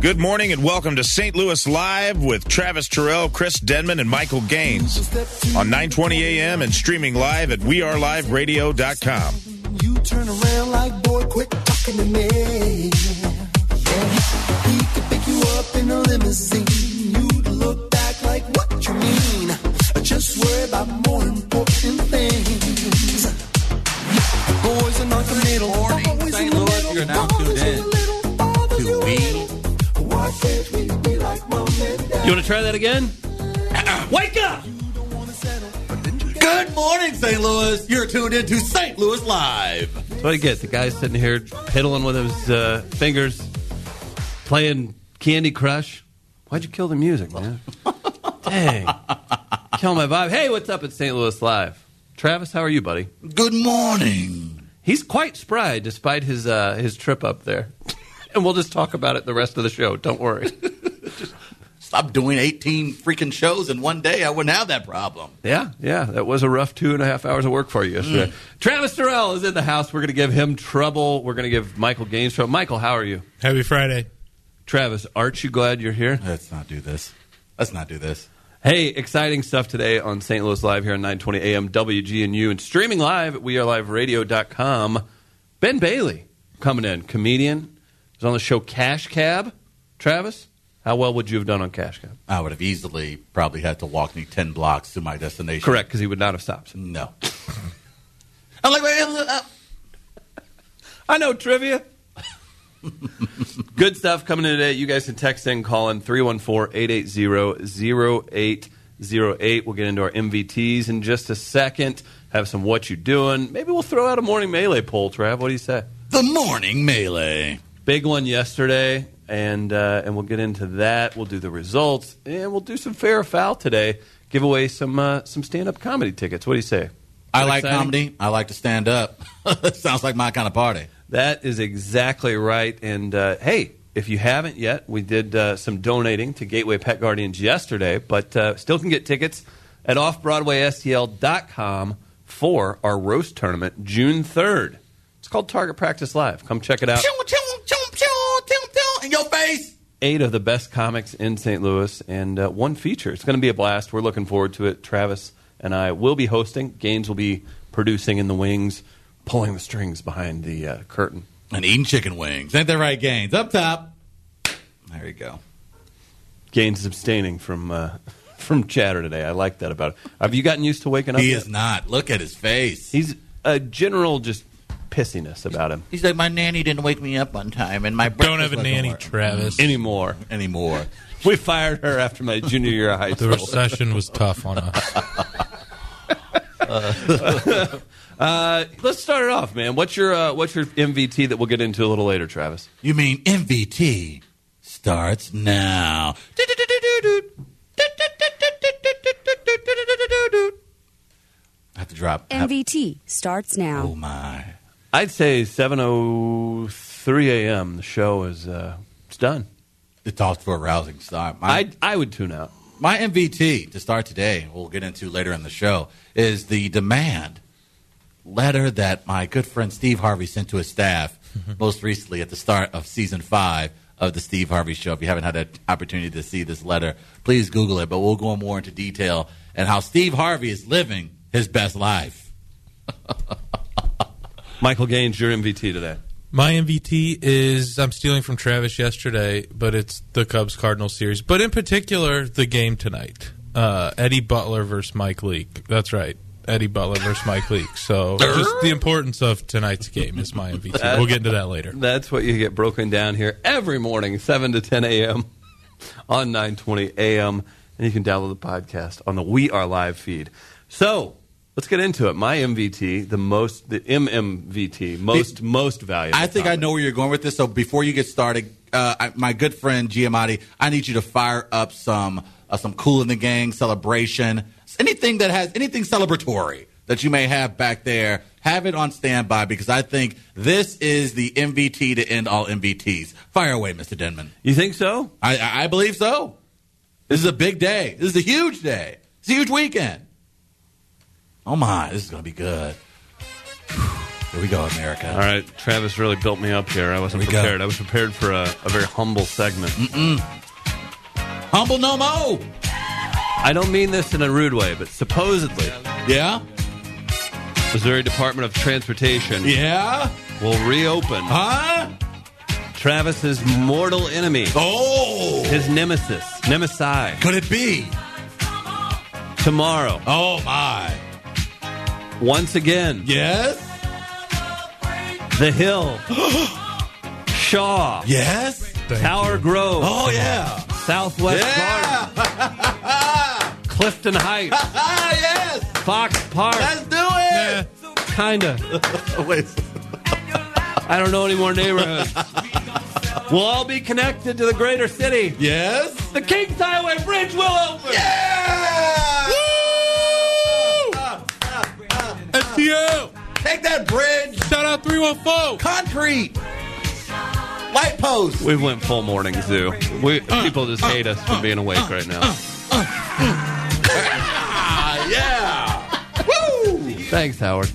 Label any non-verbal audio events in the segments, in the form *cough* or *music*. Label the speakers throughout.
Speaker 1: Good morning and welcome to St. Louis Live with Travis Terrell, Chris Denman, and Michael Gaines on 920 AM and streaming live at weareliveradio.com.
Speaker 2: You turn around like, boy, quit talking to me. Yeah. He could pick you up in a limousine. You'd look back like, what you mean? Just worry about more important things. Boys are not committal.
Speaker 3: Morning,
Speaker 2: Always
Speaker 3: St.
Speaker 2: in the
Speaker 3: Louis.
Speaker 2: middle.
Speaker 3: You're now tuned
Speaker 2: Always in
Speaker 3: in
Speaker 2: the middle. Always in
Speaker 3: to
Speaker 2: the
Speaker 3: We.
Speaker 2: middle. Why can't we be like mom and dad?
Speaker 4: You want to try that
Speaker 2: *clears throat*
Speaker 4: again? Wake up!
Speaker 3: Good morning, St. Louis. You're tuned in to St. Louis Live.
Speaker 4: That's what I get. The guy's sitting here piddling with his uh, fingers, playing Candy Crush. Why'd you kill the music,
Speaker 3: *laughs*
Speaker 4: man? Dang. Kill my vibe. Hey, what's up at St. Louis Live? Travis, how are you, buddy?
Speaker 3: Good morning.
Speaker 4: He's quite spry despite his uh, his trip up there. *laughs* And we'll just talk about it the rest of the show. Don't worry.
Speaker 3: Stop doing 18 freaking shows in one day. I wouldn't have that problem.
Speaker 4: *laughs* Yeah, yeah, that was a rough two and a half hours of work for you yesterday. Mm. Travis Terrell is in the house. We're going to give him trouble. We're going to give Michael Gaines trouble. Michael, how are you?
Speaker 5: Happy Friday.
Speaker 4: Travis, aren't you glad you're here?
Speaker 3: Let's not do this. Let's not do this.
Speaker 4: Hey, exciting stuff today on St. Louis Live here on 920 AM WGNU and streaming live at weareliveradio.com. Ben Bailey coming in, comedian. He's on the show Cash Cab. Travis, how well would you have done on Cash Cab?
Speaker 3: I would have easily probably had to walk me 10 blocks to my destination.
Speaker 4: Correct, because he would not have stopped.
Speaker 3: *laughs* No. I'm like, wait, uh, uh,
Speaker 4: I know trivia. *laughs* Good stuff coming in today. You guys can text in, call in 314 880 0808. We'll get into our MVTs in just a second. Have some what you doing. Maybe we'll throw out a morning melee poll, Trav. What do you say?
Speaker 3: the morning melee.
Speaker 4: Big one yesterday, and uh, and we'll get into that. We'll do the results, and we'll do some fair or foul today. Give away some uh, some stand up comedy tickets. What do you say?
Speaker 3: I like
Speaker 4: Exciting?
Speaker 3: comedy. I like to stand up. *laughs* Sounds like my kind of party.
Speaker 4: That is exactly right. And uh, hey, if you haven't yet, we did uh, some donating to Gateway Pet Guardians yesterday, but uh, still can get tickets at offbroadwaystl.com for our roast tournament June 3rd. It's called Target Practice Live. Come check it out.
Speaker 3: Chum, chum, chum, chum, chum, chum, In your face.
Speaker 4: Eight of the best comics in St. Louis and uh, one feature. It's going to be a blast. We're looking forward to it. Travis and I will be hosting. Gaines will be producing in the wings, pulling the strings behind the uh, curtain.
Speaker 3: and eating chicken wings. Ain't that right, Gaines? Up top. There you go.
Speaker 4: Gaines is abstaining from uh, *laughs* from chatter today. I like that about it. Have you gotten used to waking up?
Speaker 3: He
Speaker 4: yet?
Speaker 3: is not. Look at his face.
Speaker 4: He's a general just pissiness about him
Speaker 3: He's like, my nanny didn't wake me up on time, and my
Speaker 5: Don't have a nanny, Travis.
Speaker 4: anymore.
Speaker 3: anymore.
Speaker 4: We fired her after my junior year of high
Speaker 5: The
Speaker 4: school.
Speaker 5: recession was tough on us.
Speaker 4: Uh, let's start it off, man. What's your uh, what's your MVT that we'll get into a little later, Travis?
Speaker 3: You mean MVT starts now? I have to drop.
Speaker 6: MVT starts
Speaker 3: Oh
Speaker 6: now.
Speaker 3: my!
Speaker 4: I'd say seven oh three a.m. The show is uh, it's done.
Speaker 3: It's off to a rousing start. My-
Speaker 4: I I would tune out.
Speaker 3: My MVT to start today, we'll get into later in the show, is the demand letter that my good friend Steve Harvey sent to his staff most recently at the start of season five of the Steve Harvey Show. If you haven't had an opportunity to see this letter, please Google it, but we'll go more into detail and how Steve Harvey is living his best life.
Speaker 4: Michael Gaines, your MVT today.
Speaker 5: My MVT is I'm stealing from Travis yesterday, but it's the Cubs Cardinals series, but in particular the game tonight. Uh, Eddie Butler versus Mike Leake. That's right. Eddie Butler versus Mike Leake. So just the importance of tonight's game is my MVT. We'll get into that later.
Speaker 4: That's what you get broken down here every morning, 7 to 10 a.m. *laughs* on 920 a.m. And you can download the podcast on the We Are Live feed. So let's get into it. My MVT, the most, the MMVT, most, most valuable.
Speaker 3: I think I know where you're going with this. So before you get started, uh, I, my good friend Giamatti, I need you to fire up some uh, some cool in the gang celebration. Anything that has anything celebratory that you may have back there, have it on standby because I think this is the MVT to end all MVTs. Fire away, Mr. Denman.
Speaker 4: You think so?
Speaker 3: I, I, I believe so. This is a big day. This is a huge day. It's a huge weekend. Oh my, this is gonna be good. Here we go, America.
Speaker 4: All right, Travis really built me up here. I wasn't
Speaker 3: Here we go.
Speaker 4: prepared. I was prepared for a, a very humble segment.
Speaker 3: Humble no mo.
Speaker 4: I don't mean this in a rude way, but supposedly,
Speaker 3: Yeah,
Speaker 4: Missouri Department of Transportation
Speaker 3: yeah, Uh-huh.
Speaker 4: will reopen
Speaker 3: huh?
Speaker 4: Travis's mortal enemy,
Speaker 3: Oh,
Speaker 4: his nemesis, Nemesis,
Speaker 3: could it be?
Speaker 4: tomorrow.
Speaker 3: Oh my,
Speaker 4: Once again,
Speaker 3: yes,
Speaker 4: The
Speaker 3: *gasps*
Speaker 4: Hill, Shaw,
Speaker 3: yes.
Speaker 4: Tower Grove,
Speaker 3: Oh yeah,
Speaker 4: Southwest Florida,
Speaker 3: yeah,
Speaker 4: Clifton Heights,
Speaker 3: ah *laughs* yes.
Speaker 4: Fox Park,
Speaker 3: Let's do it.
Speaker 4: kinda.
Speaker 3: Oh, Wait,
Speaker 4: I don't know any more
Speaker 3: *laughs*
Speaker 4: neighborhoods. we'll all be connected to the greater city.
Speaker 3: yes.
Speaker 4: The Kings Highway Bridge will open.
Speaker 3: Yeah.
Speaker 5: STO!
Speaker 3: Take that bridge,
Speaker 5: Shout out 314!
Speaker 3: concrete, light post.
Speaker 4: We went full morning zoo. We people just hate us for being awake right now.
Speaker 3: Ah yeah. Woo!
Speaker 4: Thanks, Howard.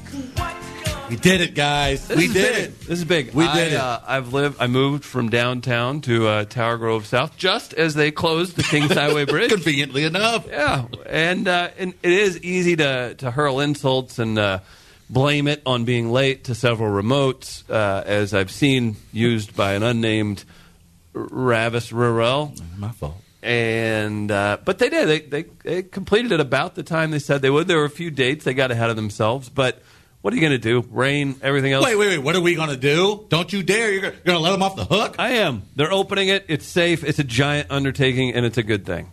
Speaker 3: We did it, guys. we did it.
Speaker 4: This is big.
Speaker 3: We
Speaker 4: I,
Speaker 3: did it.
Speaker 4: Uh, I've lived. I moved from downtown to uh, Tower Grove South just as they closed the Kings *laughs* Highway Bridge.
Speaker 3: Conveniently enough.
Speaker 4: Yeah, and uh, and it is easy to to hurl insults and uh, blame it on being late to several remotes, uh, as I've seen used by an unnamed Ravis Rurel.
Speaker 3: My fault.
Speaker 4: And uh, but they did. They, they they completed it about the time they said they would. There were a few dates they got ahead of themselves, but. What are you going to do? Rain, everything else.
Speaker 3: Wait, wait, wait. What are we going to do? Don't you dare. You're going to let them off the hook?
Speaker 4: I am. They're opening it. It's safe. It's a giant undertaking, and it's a good thing.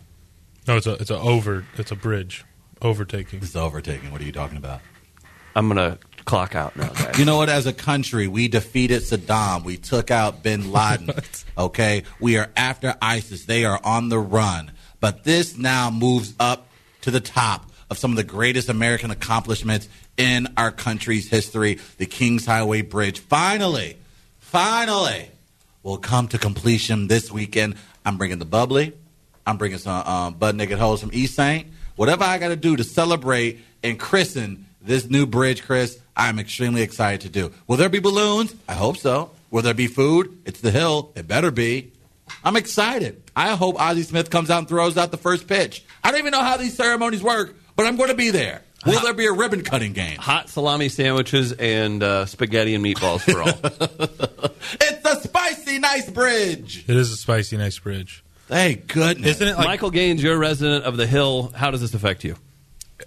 Speaker 5: No, it's a it's a over it's a bridge overtaking.
Speaker 3: It's overtaking. What are you talking about?
Speaker 4: I'm gonna clock out now, guys.
Speaker 3: You know what? As a country, we defeated Saddam. We took out *laughs* bin Laden. okay? We are after ISIS. They are on the run. But this now moves up to the top of some of the greatest American accomplishments in our country's history. The Kings Highway Bridge finally, finally will come to completion this weekend. I'm bringing the bubbly. I'm bringing some um, butt naked hoes from East Saint. Whatever I got to do to celebrate and christen this new bridge, Chris, I'm extremely excited to do. Will there be balloons? I hope so. Will there be food? It's the hill. It better be. I'm excited. I hope Ozzie Smith comes out and throws out the first pitch. I don't even know how these ceremonies work, but I'm going to be there. Will there be a ribbon cutting game?
Speaker 4: *laughs* Hot salami sandwiches and uh, spaghetti and meatballs for all. *laughs*
Speaker 3: It's a spicy, nice bridge.
Speaker 5: It is a spicy nice bridge.
Speaker 3: Thank goodness.
Speaker 5: Isn't it like
Speaker 4: Michael Gaines, you're a resident of the Hill. How does this affect you?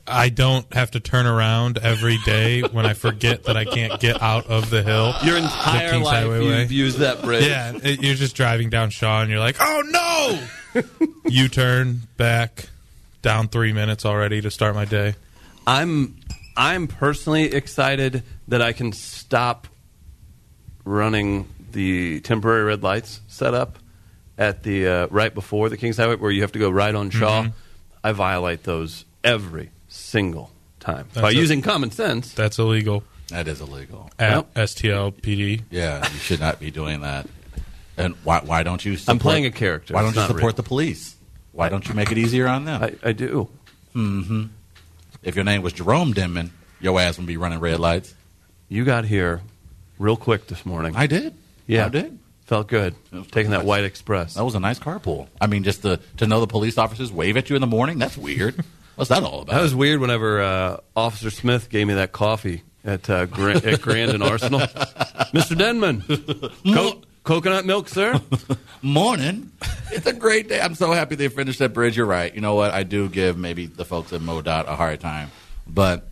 Speaker 5: I don't have to turn around every day when I forget that I can't get out of the hill?
Speaker 4: Your entire
Speaker 5: Kings
Speaker 4: life
Speaker 5: Highway
Speaker 4: you've
Speaker 5: Way.
Speaker 4: used that bridge.
Speaker 5: yeah, it- you're just driving down Shaw and you're like, "Oh
Speaker 4: *laughs*
Speaker 5: no!" you turn back down 3 minutes already to start my day.
Speaker 4: I'm I'm personally excited that I can stop running the temporary red lights set up at the uh, right before the Kings Highway where you have to go right on Shaw. I violate those every single time by
Speaker 5: That's a-
Speaker 4: using common sense.
Speaker 5: That's illegal
Speaker 3: That is illegal.
Speaker 5: at
Speaker 4: Yep.
Speaker 5: STL PD.
Speaker 3: Yeah, you should not be doing that. And why, why don't you? Support,
Speaker 4: I'm playing a character.
Speaker 3: Why don't
Speaker 4: It's
Speaker 3: you
Speaker 4: not
Speaker 3: support
Speaker 4: real.
Speaker 3: the police? Why don't you make it easier on them?
Speaker 4: I, I do.
Speaker 3: if your name was Jerome Denman, your ass would be running red lights.
Speaker 4: You got here real quick this morning.
Speaker 3: I did.
Speaker 4: yeah,
Speaker 3: I did.
Speaker 4: Felt good taking that white express.
Speaker 3: That was a nice carpool. I mean, just to to know the police officers wave at you in the morning.
Speaker 4: *laughs*
Speaker 3: That's weird. What's that all
Speaker 4: That
Speaker 3: about?
Speaker 4: was weird. Whenever uh, Officer Smith gave me that coffee at uh, Grand, at Grand and
Speaker 3: *laughs*
Speaker 4: Arsenal, Mister Denman, co- coconut milk,
Speaker 3: *laughs*
Speaker 4: sir.
Speaker 3: morning. It's a great day. I'm so happy they finished that bridge. You're right. You know what? I do give maybe the folks at MoDOT a hard time, but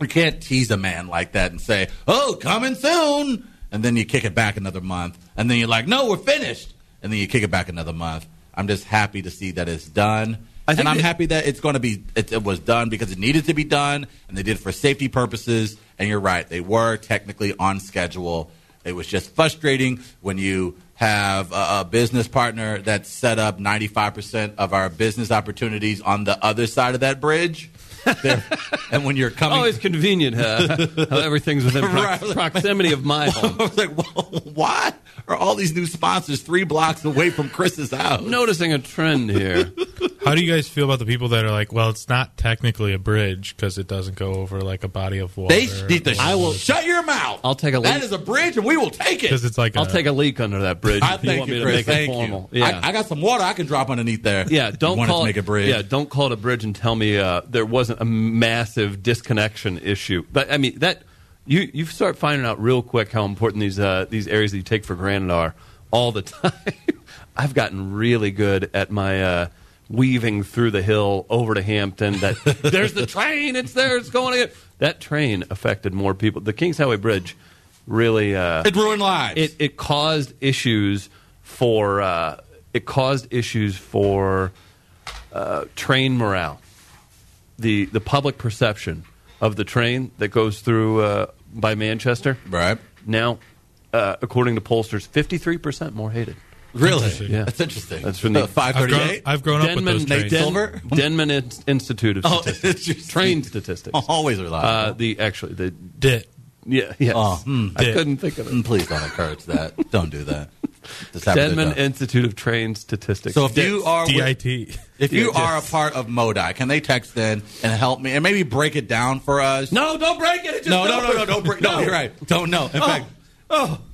Speaker 3: you can't tease a man like that and say, "Oh, coming soon," and then you kick it back another month, and then you're like, "No, we're finished," and then you kick it back another month. I'm just happy to see that it's done.
Speaker 4: I think
Speaker 3: and I'm
Speaker 4: that-
Speaker 3: happy that it's going to be it, it was done because it needed to be done and they did it for safety purposes and you're right they were technically on schedule it was just frustrating when you have a, a business partner that set up 95% of our business opportunities on the other side of
Speaker 4: *laughs*
Speaker 3: that bridge They're- and when you're coming
Speaker 4: Always convenient huh, how everything's
Speaker 3: *laughs*
Speaker 4: within prox-
Speaker 3: Right.
Speaker 4: proximity of my
Speaker 3: I *laughs*
Speaker 4: home.
Speaker 3: was like, well, why are all these new sponsors three blocks away from Chris's house?
Speaker 4: Noticing a trend here.
Speaker 5: How do you guys feel about the people that are like, well, it's not technically a bridge because it doesn't go over like a body of water?
Speaker 3: They need to I will, shut your mouth.
Speaker 4: I'll take a
Speaker 3: That
Speaker 4: leak.
Speaker 3: is a bridge, and we will take it.
Speaker 5: because it's like
Speaker 4: I'll take a leak under that bridge.
Speaker 3: I
Speaker 4: if you
Speaker 3: thank
Speaker 4: want
Speaker 3: you,
Speaker 4: me to
Speaker 3: Chris.
Speaker 4: make
Speaker 3: Thank
Speaker 4: it formal.
Speaker 3: you.
Speaker 4: Yeah,
Speaker 3: I, I got some water I can drop underneath there.
Speaker 4: *laughs* yeah.
Speaker 3: If you
Speaker 4: Don't
Speaker 3: wanted
Speaker 4: call
Speaker 3: to make a bridge.
Speaker 4: Yeah, don't call it a bridge and tell me uh, there wasn't a massive disconnection issue. But I mean that you you start finding out real quick how important these uh, these areas that you take for granted are all the *laughs* time. I've gotten really good at my. Uh, Weaving through the hill over to Hampton,
Speaker 3: *laughs*
Speaker 4: that there's the train. It's there. It's going. In. That train affected more people. The Kings Highway Bridge really uh,
Speaker 3: It ruined lives.
Speaker 4: it, it caused issues for uh, it caused issues for uh, train morale, the the public perception of the train that goes through uh, by Manchester.
Speaker 3: right?
Speaker 4: Now, uh, according to pollsters, fifty three percent more hated.
Speaker 3: Really?
Speaker 5: Interesting.
Speaker 4: Yeah.
Speaker 3: That's interesting. Uh,
Speaker 4: That's from the-
Speaker 3: five
Speaker 5: I've grown,
Speaker 3: thirty-eight.
Speaker 5: I've grown up with those
Speaker 3: Nate
Speaker 5: trains.
Speaker 3: Dell-
Speaker 4: Den-
Speaker 5: *laughs*
Speaker 3: Silver?
Speaker 4: Denman In- Institute of
Speaker 3: Oh, *laughs* it's
Speaker 4: Statistics.
Speaker 3: just-
Speaker 4: *laughs* train statistics.
Speaker 5: Oh.
Speaker 3: Always
Speaker 4: Uh,
Speaker 3: reliable.
Speaker 4: the actually the
Speaker 5: Dit.
Speaker 4: yeah yes.
Speaker 3: Oh, hmm.
Speaker 4: I
Speaker 5: Dick.
Speaker 4: couldn't think of it.
Speaker 3: Mm, Please don't encourage that. don't do that. Just have it
Speaker 4: Denman
Speaker 3: done.
Speaker 4: Institute of Train Statistics.
Speaker 3: so if you are with-
Speaker 5: DIT.
Speaker 3: if you
Speaker 4: Yeah,
Speaker 3: are a part of MODI, can they text in and help me and maybe break it down for us?
Speaker 4: no, don't break it. it just
Speaker 3: no, no, no, no, don't break. Oh, No, you're right. Don't know. In fact,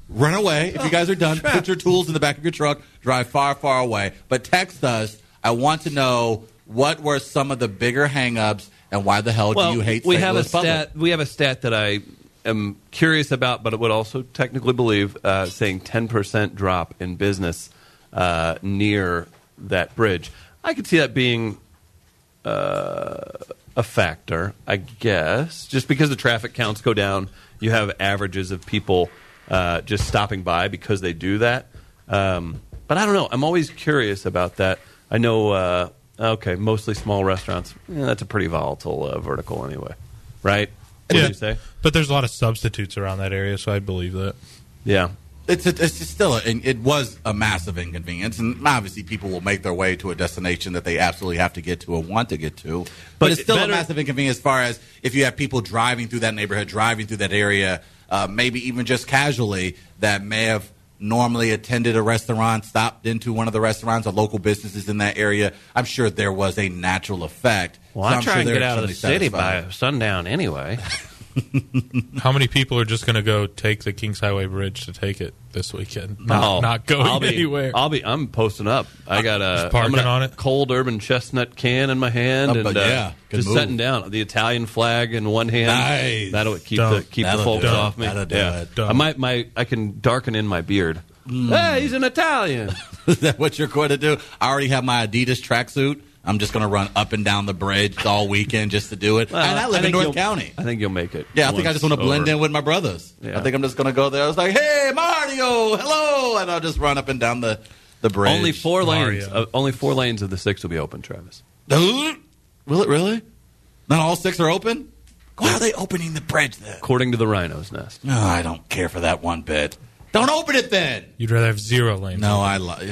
Speaker 3: run away if you guys are done. Put your tools in the back of your truck. Drive far, far away. But text us. I want to know what were some of the bigger hangups and why the hell do you hate?
Speaker 4: we
Speaker 3: St.
Speaker 4: have
Speaker 3: Louis
Speaker 4: a
Speaker 3: public?
Speaker 4: stat. We have a stat that I am curious about, but would also technically believe uh, saying ten percent drop in business uh, near that bridge. I could see that being a factor, I guess, just because the traffic counts go down. You have averages of people uh, just stopping by because they do that. Um, but I don't know. I'm always curious about that. I know. Uh, okay, mostly small restaurants. Yeah, that's a pretty volatile uh, vertical, anyway, right? What
Speaker 5: Yeah.
Speaker 4: did you say?
Speaker 5: But there's a lot of substitutes around that area, so I believe that.
Speaker 4: Yeah.
Speaker 3: it's a, it's just still a, it was a massive inconvenience, and obviously people will make their way to a destination that they absolutely have to get to or want to get to. But,
Speaker 4: But
Speaker 3: it's still
Speaker 4: better-
Speaker 3: a massive inconvenience as far as if you have people driving through that neighborhood, driving through that area, uh, maybe even just casually that may have normally attended a restaurant, stopped into one of the restaurants or local businesses in that area. I'm sure there was a natural effect.
Speaker 4: Well,
Speaker 3: So
Speaker 4: I
Speaker 3: I'm
Speaker 4: try
Speaker 3: sure
Speaker 4: and
Speaker 3: they're
Speaker 4: get out of the
Speaker 3: extremely
Speaker 4: city
Speaker 3: satisfied.
Speaker 4: by sundown, anyway.
Speaker 5: How many people are just going to go take the Kings Highway Bridge to take it this weekend? Not,
Speaker 4: Oh,
Speaker 5: not going
Speaker 4: I'll be,
Speaker 5: anywhere.
Speaker 4: I'll be. I'm posting up. I got a
Speaker 5: Just parking
Speaker 4: I'm gonna-
Speaker 5: on it?
Speaker 4: cold urban chestnut can in my hand,
Speaker 3: Oh,
Speaker 4: and
Speaker 3: but
Speaker 4: uh,
Speaker 3: yeah, good
Speaker 4: just
Speaker 3: move.
Speaker 4: setting down the Italian flag in one hand.
Speaker 3: Nice.
Speaker 4: That'll keep the
Speaker 5: Dunk.
Speaker 4: keep the
Speaker 3: That'll
Speaker 4: folks
Speaker 3: do it.
Speaker 4: off me.
Speaker 3: That'll do
Speaker 4: yeah.
Speaker 3: it. Mm.
Speaker 5: Dunk.
Speaker 4: I might my I can darken in my beard. Hey, he's an Italian.
Speaker 3: Is that what you're going to do? I already have my Adidas tracksuit. I'm just going to run up and down the bridge all weekend just to do it. *laughs* and I live in
Speaker 4: think
Speaker 3: North
Speaker 4: you'll-
Speaker 3: County.
Speaker 4: I think you'll make it.
Speaker 3: Yeah, I think I
Speaker 4: once
Speaker 3: just want to blend
Speaker 4: over.
Speaker 3: in with my brothers.
Speaker 4: Yeah.
Speaker 3: I think I'm just going to go there. I was like, hey, Mario, hello. And I'll just run up and down the, the bridge.
Speaker 4: Only four lanes.
Speaker 5: Mario.
Speaker 4: Uh, only four lanes of the six will be open, Travis.
Speaker 3: Will it really? Not all six are open? Why are they opening the bridge then?
Speaker 4: According to the Rhino's Nest.
Speaker 3: No, I don't care for that one bit. Don't open it then.
Speaker 5: You'd rather have zero lanes.
Speaker 3: No, I love.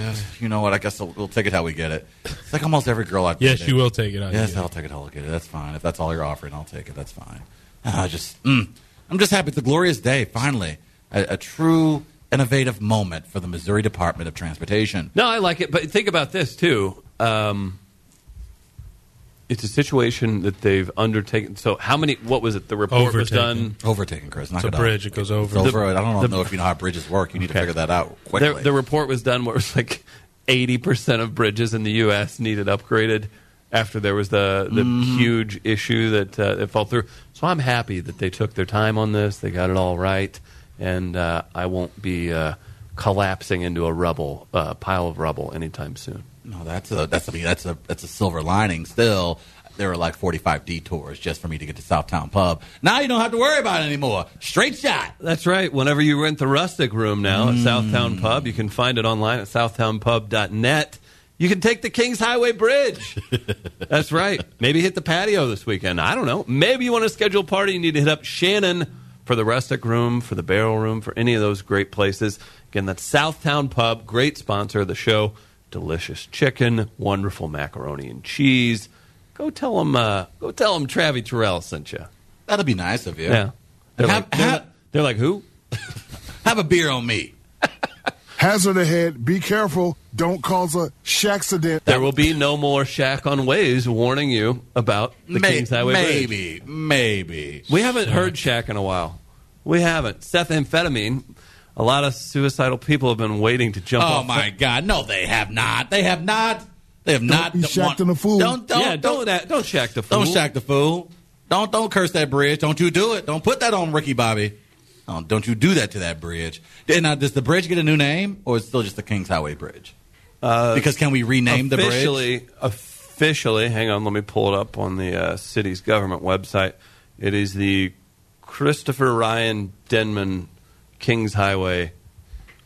Speaker 3: You know what? I guess we'll, we'll take it how we get it. It's like almost every girl I.
Speaker 5: Yes, you will take it on
Speaker 3: Yes,
Speaker 5: you.
Speaker 3: I'll take it. I'll get it. That's fine. If that's all you're offering, I'll take it. That's fine. I just, mm, I'm just happy. It's a glorious day. Finally, a, a true innovative moment for the Missouri Department of Transportation.
Speaker 4: No, I like it, but think about this too. Um, it's a situation that they've undertaken. So, how many? What was it? The report was
Speaker 5: Overtaken.
Speaker 4: done.
Speaker 3: Overtaking, Chris. Knock
Speaker 5: It's a
Speaker 3: it
Speaker 5: bridge.
Speaker 3: Off.
Speaker 5: It goes
Speaker 3: It's
Speaker 5: over.
Speaker 3: over. I don't
Speaker 4: the-
Speaker 3: know if you know how bridges work. You need
Speaker 4: Okay.
Speaker 3: to figure that out
Speaker 4: The,
Speaker 3: quickly.
Speaker 4: the report was done where it was like eighty percent of bridges in the U.S. needed upgraded after there was the the huge issue that uh, that fell through. So, I'm happy that they took their time on this. They got it all right, and uh, I won't be uh, collapsing into a rubble uh, pile of rubble anytime soon.
Speaker 3: No, that's a that's I mean that's a that's a silver lining. Still, there were like forty five detours just for me to get to Southtown Pub. Now you don't have to worry about it anymore. Straight shot.
Speaker 4: That's right. Whenever you rent the rustic room now at Southtown Pub, you can find it online at southtownpub.net. You can take the Kings Highway *laughs* Bridge. That's right. Maybe hit the patio this weekend. I don't know. Maybe you want to schedule a party. You need to hit up Shannon for the rustic room, for the barrel room, for any of those great places. Again, that's Southtown Pub, great sponsor of the show. Delicious chicken, wonderful macaroni and cheese. Go tell them, uh, go tell them Travi Terrell sent you.
Speaker 3: That'll be nice of you.
Speaker 4: Yeah. They're,
Speaker 3: Have-
Speaker 4: like, they're
Speaker 3: have-
Speaker 4: like- they're like, who?
Speaker 3: Have a beer on me.
Speaker 6: Hazard ahead. Be careful. Don't cause a accident.
Speaker 4: There will be no more Shack on Ways warning you about the
Speaker 3: May-
Speaker 4: Kings Highway Bridge.
Speaker 3: maybe, maybe.
Speaker 4: We haven't heard Shaq in a while. We haven't. Methamphetamine. A lot of suicidal people have been waiting to jump.
Speaker 3: Oh
Speaker 4: off
Speaker 6: *laughs*
Speaker 3: my God! No, they have not. They have not. They have not.
Speaker 6: be Shaq the fool.
Speaker 3: Don't don't
Speaker 4: yeah,
Speaker 3: don't
Speaker 4: don't that, don't Shaq the fool.
Speaker 3: Don't shock the fool. Don't don't curse that bridge. Don't you do it. Don't put that on Ricky Bobby. Don't, don't you do that to that bridge. Then now, does the bridge get a new name, or is it still just the Kings Highway Bridge? because can we rename the bridge?
Speaker 4: Uh, officially, officially. Hang on, let me pull it up on the uh, city's government website. It is the Christopher Ryan Denman Kings Highway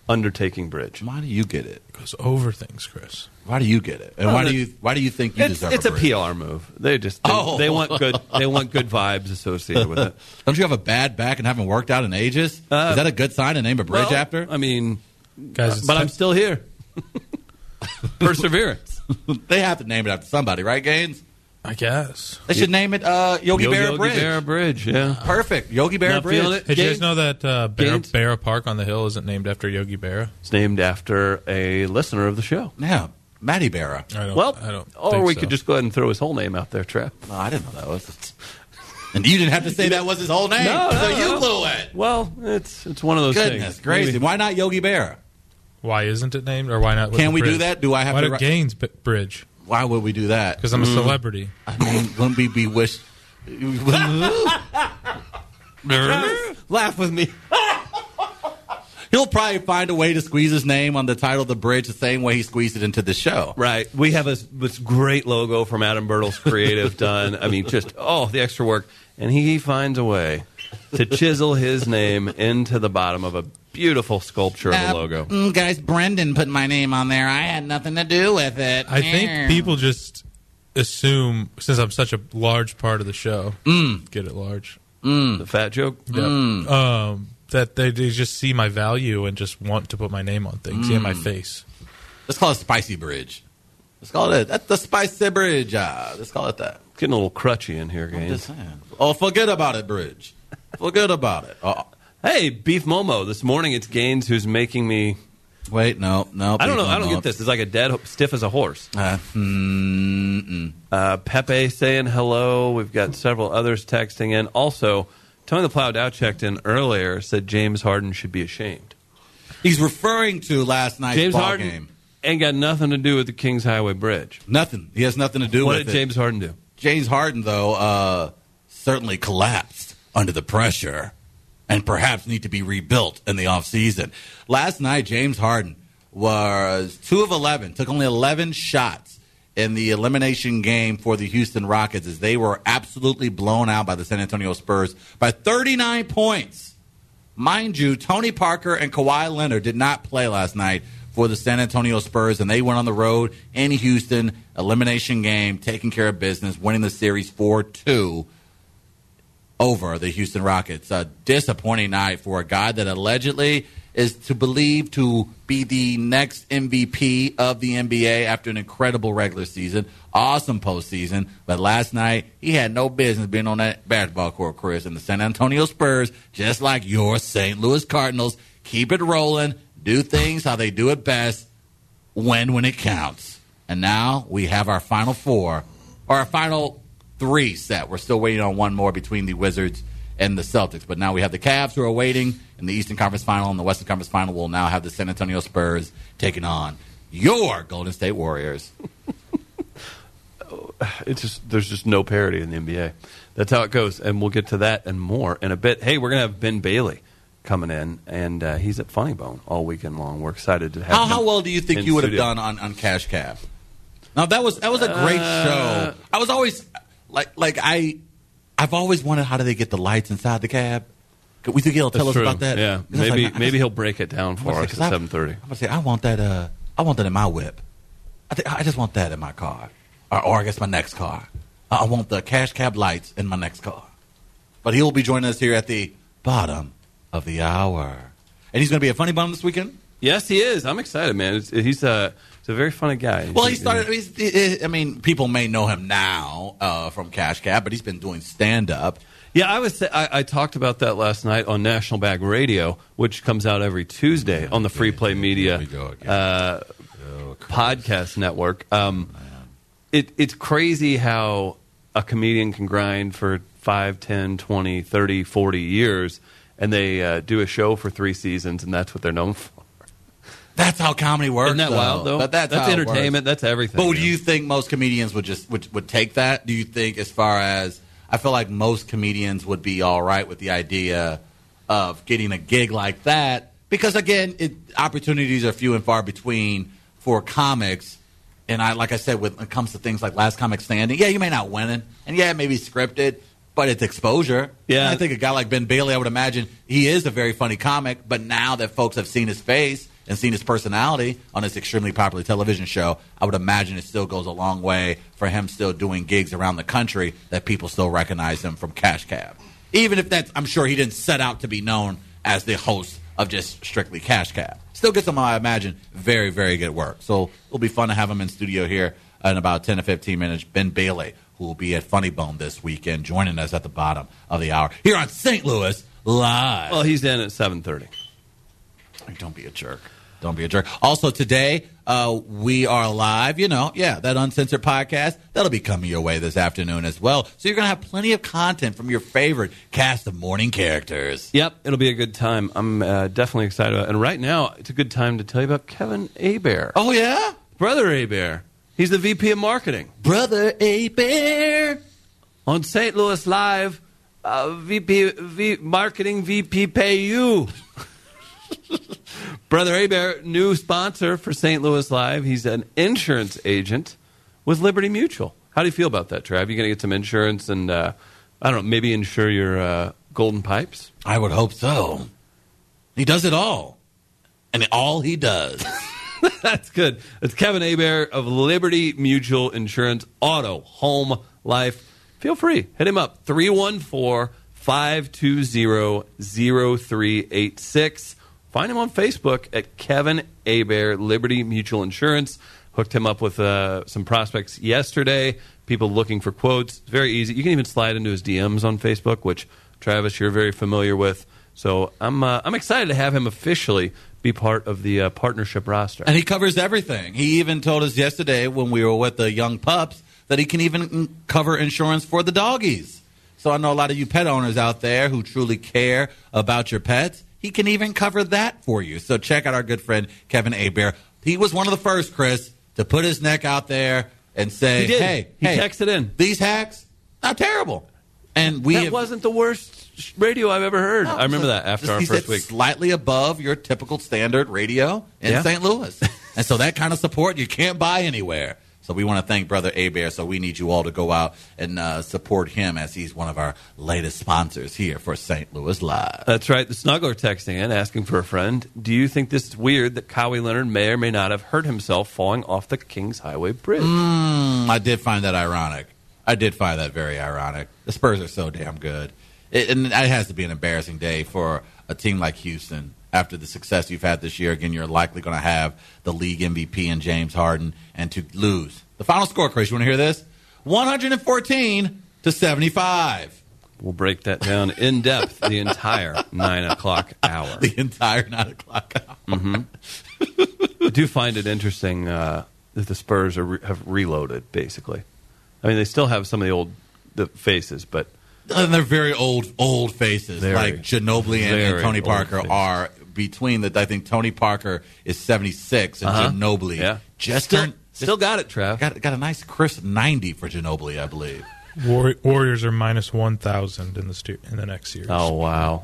Speaker 4: Undertaking Bridge.
Speaker 3: Why do you get it?
Speaker 5: Goes over things, Chris.
Speaker 3: Why do you get it? And why
Speaker 4: the-
Speaker 3: do you why do you think you
Speaker 4: It's,
Speaker 3: deserve
Speaker 4: it's
Speaker 3: a
Speaker 4: a
Speaker 3: bridge?
Speaker 4: PR move. They just they,
Speaker 3: Oh.
Speaker 4: they want good they want good vibes associated with
Speaker 3: *laughs*
Speaker 4: it.
Speaker 3: Don't you have a bad back and haven't worked out in ages? is that a good sign to name a bridge
Speaker 4: Uh, Well,
Speaker 3: after?
Speaker 4: I mean,
Speaker 5: Guys, it's
Speaker 4: but
Speaker 5: ti-
Speaker 4: I'm still
Speaker 3: *laughs*
Speaker 4: here. *laughs* Perseverance.
Speaker 3: they have to name it after somebody, right, Gaines?
Speaker 5: I guess.
Speaker 3: They should name it uh, Yogi Berra
Speaker 4: Yogi
Speaker 3: Bridge.
Speaker 4: Berra Bridge, yeah.
Speaker 3: Perfect, Yogi Berra
Speaker 4: Not feeling
Speaker 3: Bridge.
Speaker 4: it?
Speaker 5: Hey, did you guys
Speaker 4: Gaines-
Speaker 5: know that uh, Barra,
Speaker 4: Gaines?
Speaker 5: Barra Park on the hill isn't named after Yogi Berra?
Speaker 4: It's named after a listener of the show.
Speaker 3: Yeah, Matty Berra.
Speaker 5: I don't,
Speaker 4: Well,
Speaker 5: I don't
Speaker 4: or
Speaker 5: think
Speaker 4: we
Speaker 5: so.
Speaker 4: could just go ahead and throw his whole name out there, Trap.
Speaker 3: No, I didn't know that was. *laughs* And you didn't have to say that was his whole name.
Speaker 4: No, no,
Speaker 3: so you
Speaker 4: no.
Speaker 3: blew it.
Speaker 4: Well, it's it's one of those
Speaker 3: Goodness
Speaker 4: things.
Speaker 3: gracious.
Speaker 4: Maybe-
Speaker 3: Why not Yogi Berra?
Speaker 5: Why isn't it named, or why not? with
Speaker 3: Can
Speaker 5: the
Speaker 3: we do
Speaker 5: bridge?
Speaker 3: that? Do I have
Speaker 5: why
Speaker 3: to
Speaker 5: do
Speaker 3: ri- Mm.
Speaker 5: Gaines B- Bridge?
Speaker 3: Why would we do that?
Speaker 5: Because I'm a celebrity.
Speaker 3: I mean, wouldn't we
Speaker 4: *laughs*
Speaker 3: be wish. Laugh with me. *laughs* He'll probably find a way to squeeze his name on the title of the bridge the same way he squeezed it into the show.
Speaker 4: Right. We have this, this great logo from Adam Bertles Creative done. I mean, just, oh, the extra work. And he finds a way to chisel his name into the bottom of a beautiful sculpture of a
Speaker 3: Uh,
Speaker 4: logo.
Speaker 3: mm, guys, Brendan put my name on there. I had nothing to do with it.
Speaker 5: I think
Speaker 3: Yeah.
Speaker 5: people just assume since I'm such a large part of the show,
Speaker 4: Mm.
Speaker 5: get it large.
Speaker 4: The fat joke.
Speaker 5: Um, that they, they just see my value and just want to put my name on things, yeah, my
Speaker 4: Mm.
Speaker 5: face.
Speaker 3: Let's call it Spicy Bridge. Let's call it that's the Spicy Bridge. Uh, let's call it that.
Speaker 4: Getting a little crutchy in here, Gaines.
Speaker 3: Just saying. Oh, forget about it, Bridge. Forget about it. Oh,
Speaker 4: Hey, Beef Momo. This morning it's Gaines who's making me.
Speaker 3: wait, no, no.
Speaker 4: I don't know.
Speaker 3: please
Speaker 4: I don't
Speaker 3: no.
Speaker 4: get this. It's like a dead, stiff as a horse.
Speaker 3: Uh, mm-mm.
Speaker 4: Uh, Pepe saying hello. We've got several others texting in. Also, Tony the Plow Dow checked in earlier, said James Harden should be ashamed.
Speaker 3: He's referring to last night's
Speaker 4: James
Speaker 3: ball
Speaker 4: Harden
Speaker 3: game.
Speaker 4: ain't got nothing to do with the Kings Highway Bridge.
Speaker 3: Nothing. He has nothing to do
Speaker 4: What
Speaker 3: with
Speaker 4: did
Speaker 3: it.
Speaker 4: James Harden do?
Speaker 3: James Harden, though, uh, certainly collapsed under the pressure and perhaps need to be rebuilt in the offseason. Last night, James Harden was 2 of 11, took only 11 shots in the elimination game for the Houston Rockets as they were absolutely blown out by the San Antonio Spurs by 39 points. Mind you, Tony Parker and Kawhi Leonard did not play last night for the San Antonio Spurs, and they went on the road in Houston, elimination game, taking care of business, winning the series 4 2 over the Houston Rockets. A disappointing night for a guy that allegedly is to believe to be the next MVP of the NBA after an incredible regular season, awesome postseason. But last night, he had no business being on that basketball court, Chris. And the San Antonio Spurs, just like your St. Louis Cardinals, keep it rolling, do things how they do it best, win when it counts. And now we have our final four, or our final three set. We're still waiting on one more between the Wizards and the Celtics. But now we have the Cavs who are waiting in the Eastern Conference Final, and the Western Conference Final will now have the San Antonio Spurs taking on your Golden State Warriors.
Speaker 4: It's just there's just no parity in the NBA. That's how it goes, and we'll get to that and more in a bit. Hey, we're gonna have Ben Bailey coming in, and uh, he's at Funny Bone all weekend long. We're excited to have
Speaker 3: How,
Speaker 4: him
Speaker 3: how well do you think
Speaker 4: in
Speaker 3: you would have
Speaker 4: studio.
Speaker 3: done on, on Cash Cab? Now that was that was a great
Speaker 4: Uh,
Speaker 3: show. I was always like like I I've always wondered how do they get the lights inside the cab? Could we think he'll tell
Speaker 4: That's
Speaker 3: us
Speaker 4: true.
Speaker 3: about that?
Speaker 4: Yeah,
Speaker 3: And I was like,
Speaker 4: maybe
Speaker 3: man, I
Speaker 4: maybe
Speaker 3: just-
Speaker 4: he'll break it down
Speaker 3: I'm
Speaker 4: for
Speaker 3: gonna
Speaker 4: us
Speaker 3: say,
Speaker 4: at
Speaker 3: 'cause I-
Speaker 4: seven thirty.
Speaker 3: I'm gonna say I want that. Uh, I want that in my whip. I think I just want that in my car, or, or I guess my next car. I I want the cash cab lights in my next car. But he'll be joining us here at the bottom of the hour, and he's gonna be a funny bum this weekend.
Speaker 4: Yes, he is. I'm excited, man. It's, he's a he's a very funny guy.
Speaker 3: Well, he started. I mean, he's- he- he- I mean, people may know him now uh, from Cash Cab, but he's been doing stand up.
Speaker 4: Yeah, I was. I, I talked about that last night on National Bag Radio, which comes out every Tuesday on the Free Play Media
Speaker 3: we go again.
Speaker 4: uh, podcast network. Um, it, it's crazy how a comedian can grind for 5, 10, 20, 30, 40 years, and they uh, do a show for three seasons, and that's what they're known for.
Speaker 3: That's how comedy works.
Speaker 4: Isn't that
Speaker 3: though.
Speaker 4: wild, though?
Speaker 3: But that's how it works.
Speaker 4: entertainment. That's everything.
Speaker 3: But do you think most comedians would just would, would take that? Do you think, as far as I feel like most comedians would be all right with the idea of getting a gig like that? Because again, it, opportunities are few and far between for comics. And I, like I said, when it comes to things like Last Comic Standing, yeah, you may not win it, and yeah, it may be scripted, but it's exposure.
Speaker 4: Yeah.
Speaker 3: I think a guy like Ben Bailey, I would imagine he is a very funny comic, but now that folks have seen his face and seen his personality on this extremely popular television show, I would imagine it still goes a long way for him still doing gigs around the country that people still recognize him from Cash Cab. Even if that's, I'm sure he didn't set out to be known as the host of just strictly Cash Cab. Still gets him, I imagine, very, very good work. So it'll be fun to have him in studio here in about 10 to 15 minutes. Ben Bailey, who will be at Funny Bone this weekend, joining us at the bottom of the hour here on St. Louis Live.
Speaker 4: Well, he's in at seven thirty.
Speaker 3: Like, Don't be a jerk. Don't be a jerk. Also, today, uh, we are live. You know, yeah, that uncensored podcast. That'll be coming your way this afternoon as well. So you're going to have plenty of content from your favorite cast of morning characters.
Speaker 4: Yep, it'll be a good time. I'm uh, definitely excited about. it. And right now, it's a good time to tell you about Kevin Abear,
Speaker 3: Oh, yeah?
Speaker 4: brother Abear. He's the VP of marketing
Speaker 3: Brother A Bear.
Speaker 4: on St. Louis Live. Uh, VP v, marketing VP pay you. *laughs* brother Abear, new sponsor for St. Louis Live. He's an insurance agent with Liberty Mutual. How do you feel about that, Trav? You going to get some insurance and uh, I don't know, maybe insure your uh, golden pipes.
Speaker 3: I would hope so. He does it all. And all he does.
Speaker 4: *laughs* That's good. It's Kevin Abear of Liberty Mutual Insurance Auto, Home, Life. Feel free. Hit him up. 314 520 0386. Find him on Facebook at Kevin Abear, Liberty Mutual Insurance. Hooked him up with uh, some prospects yesterday, people looking for quotes. It's very easy. You can even slide into his DMs on Facebook, which, Travis, you're very familiar with. So I'm, uh, I'm excited to have him officially be part of the uh, partnership roster.
Speaker 3: And he covers everything. He even told us yesterday when we were with the young pups that he can even mm, cover insurance for the doggies. So I know a lot of you pet owners out there who truly care about your pets. He can even cover that for you. So check out our good friend Kevin Abear. He was one of the first, Chris, to put his neck out there and say,
Speaker 4: He did.
Speaker 3: "Hey,
Speaker 4: He
Speaker 3: hey,
Speaker 4: texted in.
Speaker 3: These hacks, not terrible." And we
Speaker 4: that
Speaker 3: have-
Speaker 4: wasn't the worst sh- radio I've ever heard. I remember
Speaker 3: so
Speaker 4: that after
Speaker 3: just-
Speaker 4: our
Speaker 3: he
Speaker 4: first
Speaker 3: said
Speaker 4: week.
Speaker 3: Slightly above your typical standard radio in
Speaker 4: Yeah. *laughs*
Speaker 3: St. Louis. and so that kind of support you can't buy anywhere. So we want to thank Brother Abear. So we need you all to go out and uh, support him as he's one of our latest sponsors here for St. Louis Live.
Speaker 4: That's right. The snuggler texting in asking for a friend. Do you think this is weird that Cowie Leonard may or may not have hurt himself falling off the Kings Highway Bridge?
Speaker 3: Mm, I did find that ironic. I did find that very ironic. The Spurs are so damn good. It, and it has to be an embarrassing day for a team like Houston after the success you've had this year. Again, you're likely going to have the league MVP and James Harden and to lose. The final score, Chris, you want to hear this? 114 to 75.
Speaker 4: We'll break that down in depth the entire nine o'clock *laughs* hour.
Speaker 3: *laughs* The entire 9 o'clock hour.
Speaker 4: I do find it interesting uh, that the Spurs are re- have reloaded. Basically, I mean they still have some of the old the faces, but
Speaker 3: And they're very old, old faces.
Speaker 4: Very.
Speaker 3: like Ginobili and, and
Speaker 4: Very
Speaker 3: Tony
Speaker 4: old
Speaker 3: Parker
Speaker 4: faces.
Speaker 3: are between the. I think Tony Parker is seventy six, and Ginobili
Speaker 4: Uh-huh. yeah,
Speaker 3: just
Speaker 4: still,
Speaker 3: turned.
Speaker 4: still got it, Trav.
Speaker 3: got got a nice crisp ninety for Ginobili, I
Speaker 4: *laughs*
Speaker 3: believe.
Speaker 5: War- Warriors are minus one thousand in the stu- in the next series.
Speaker 4: Oh wow!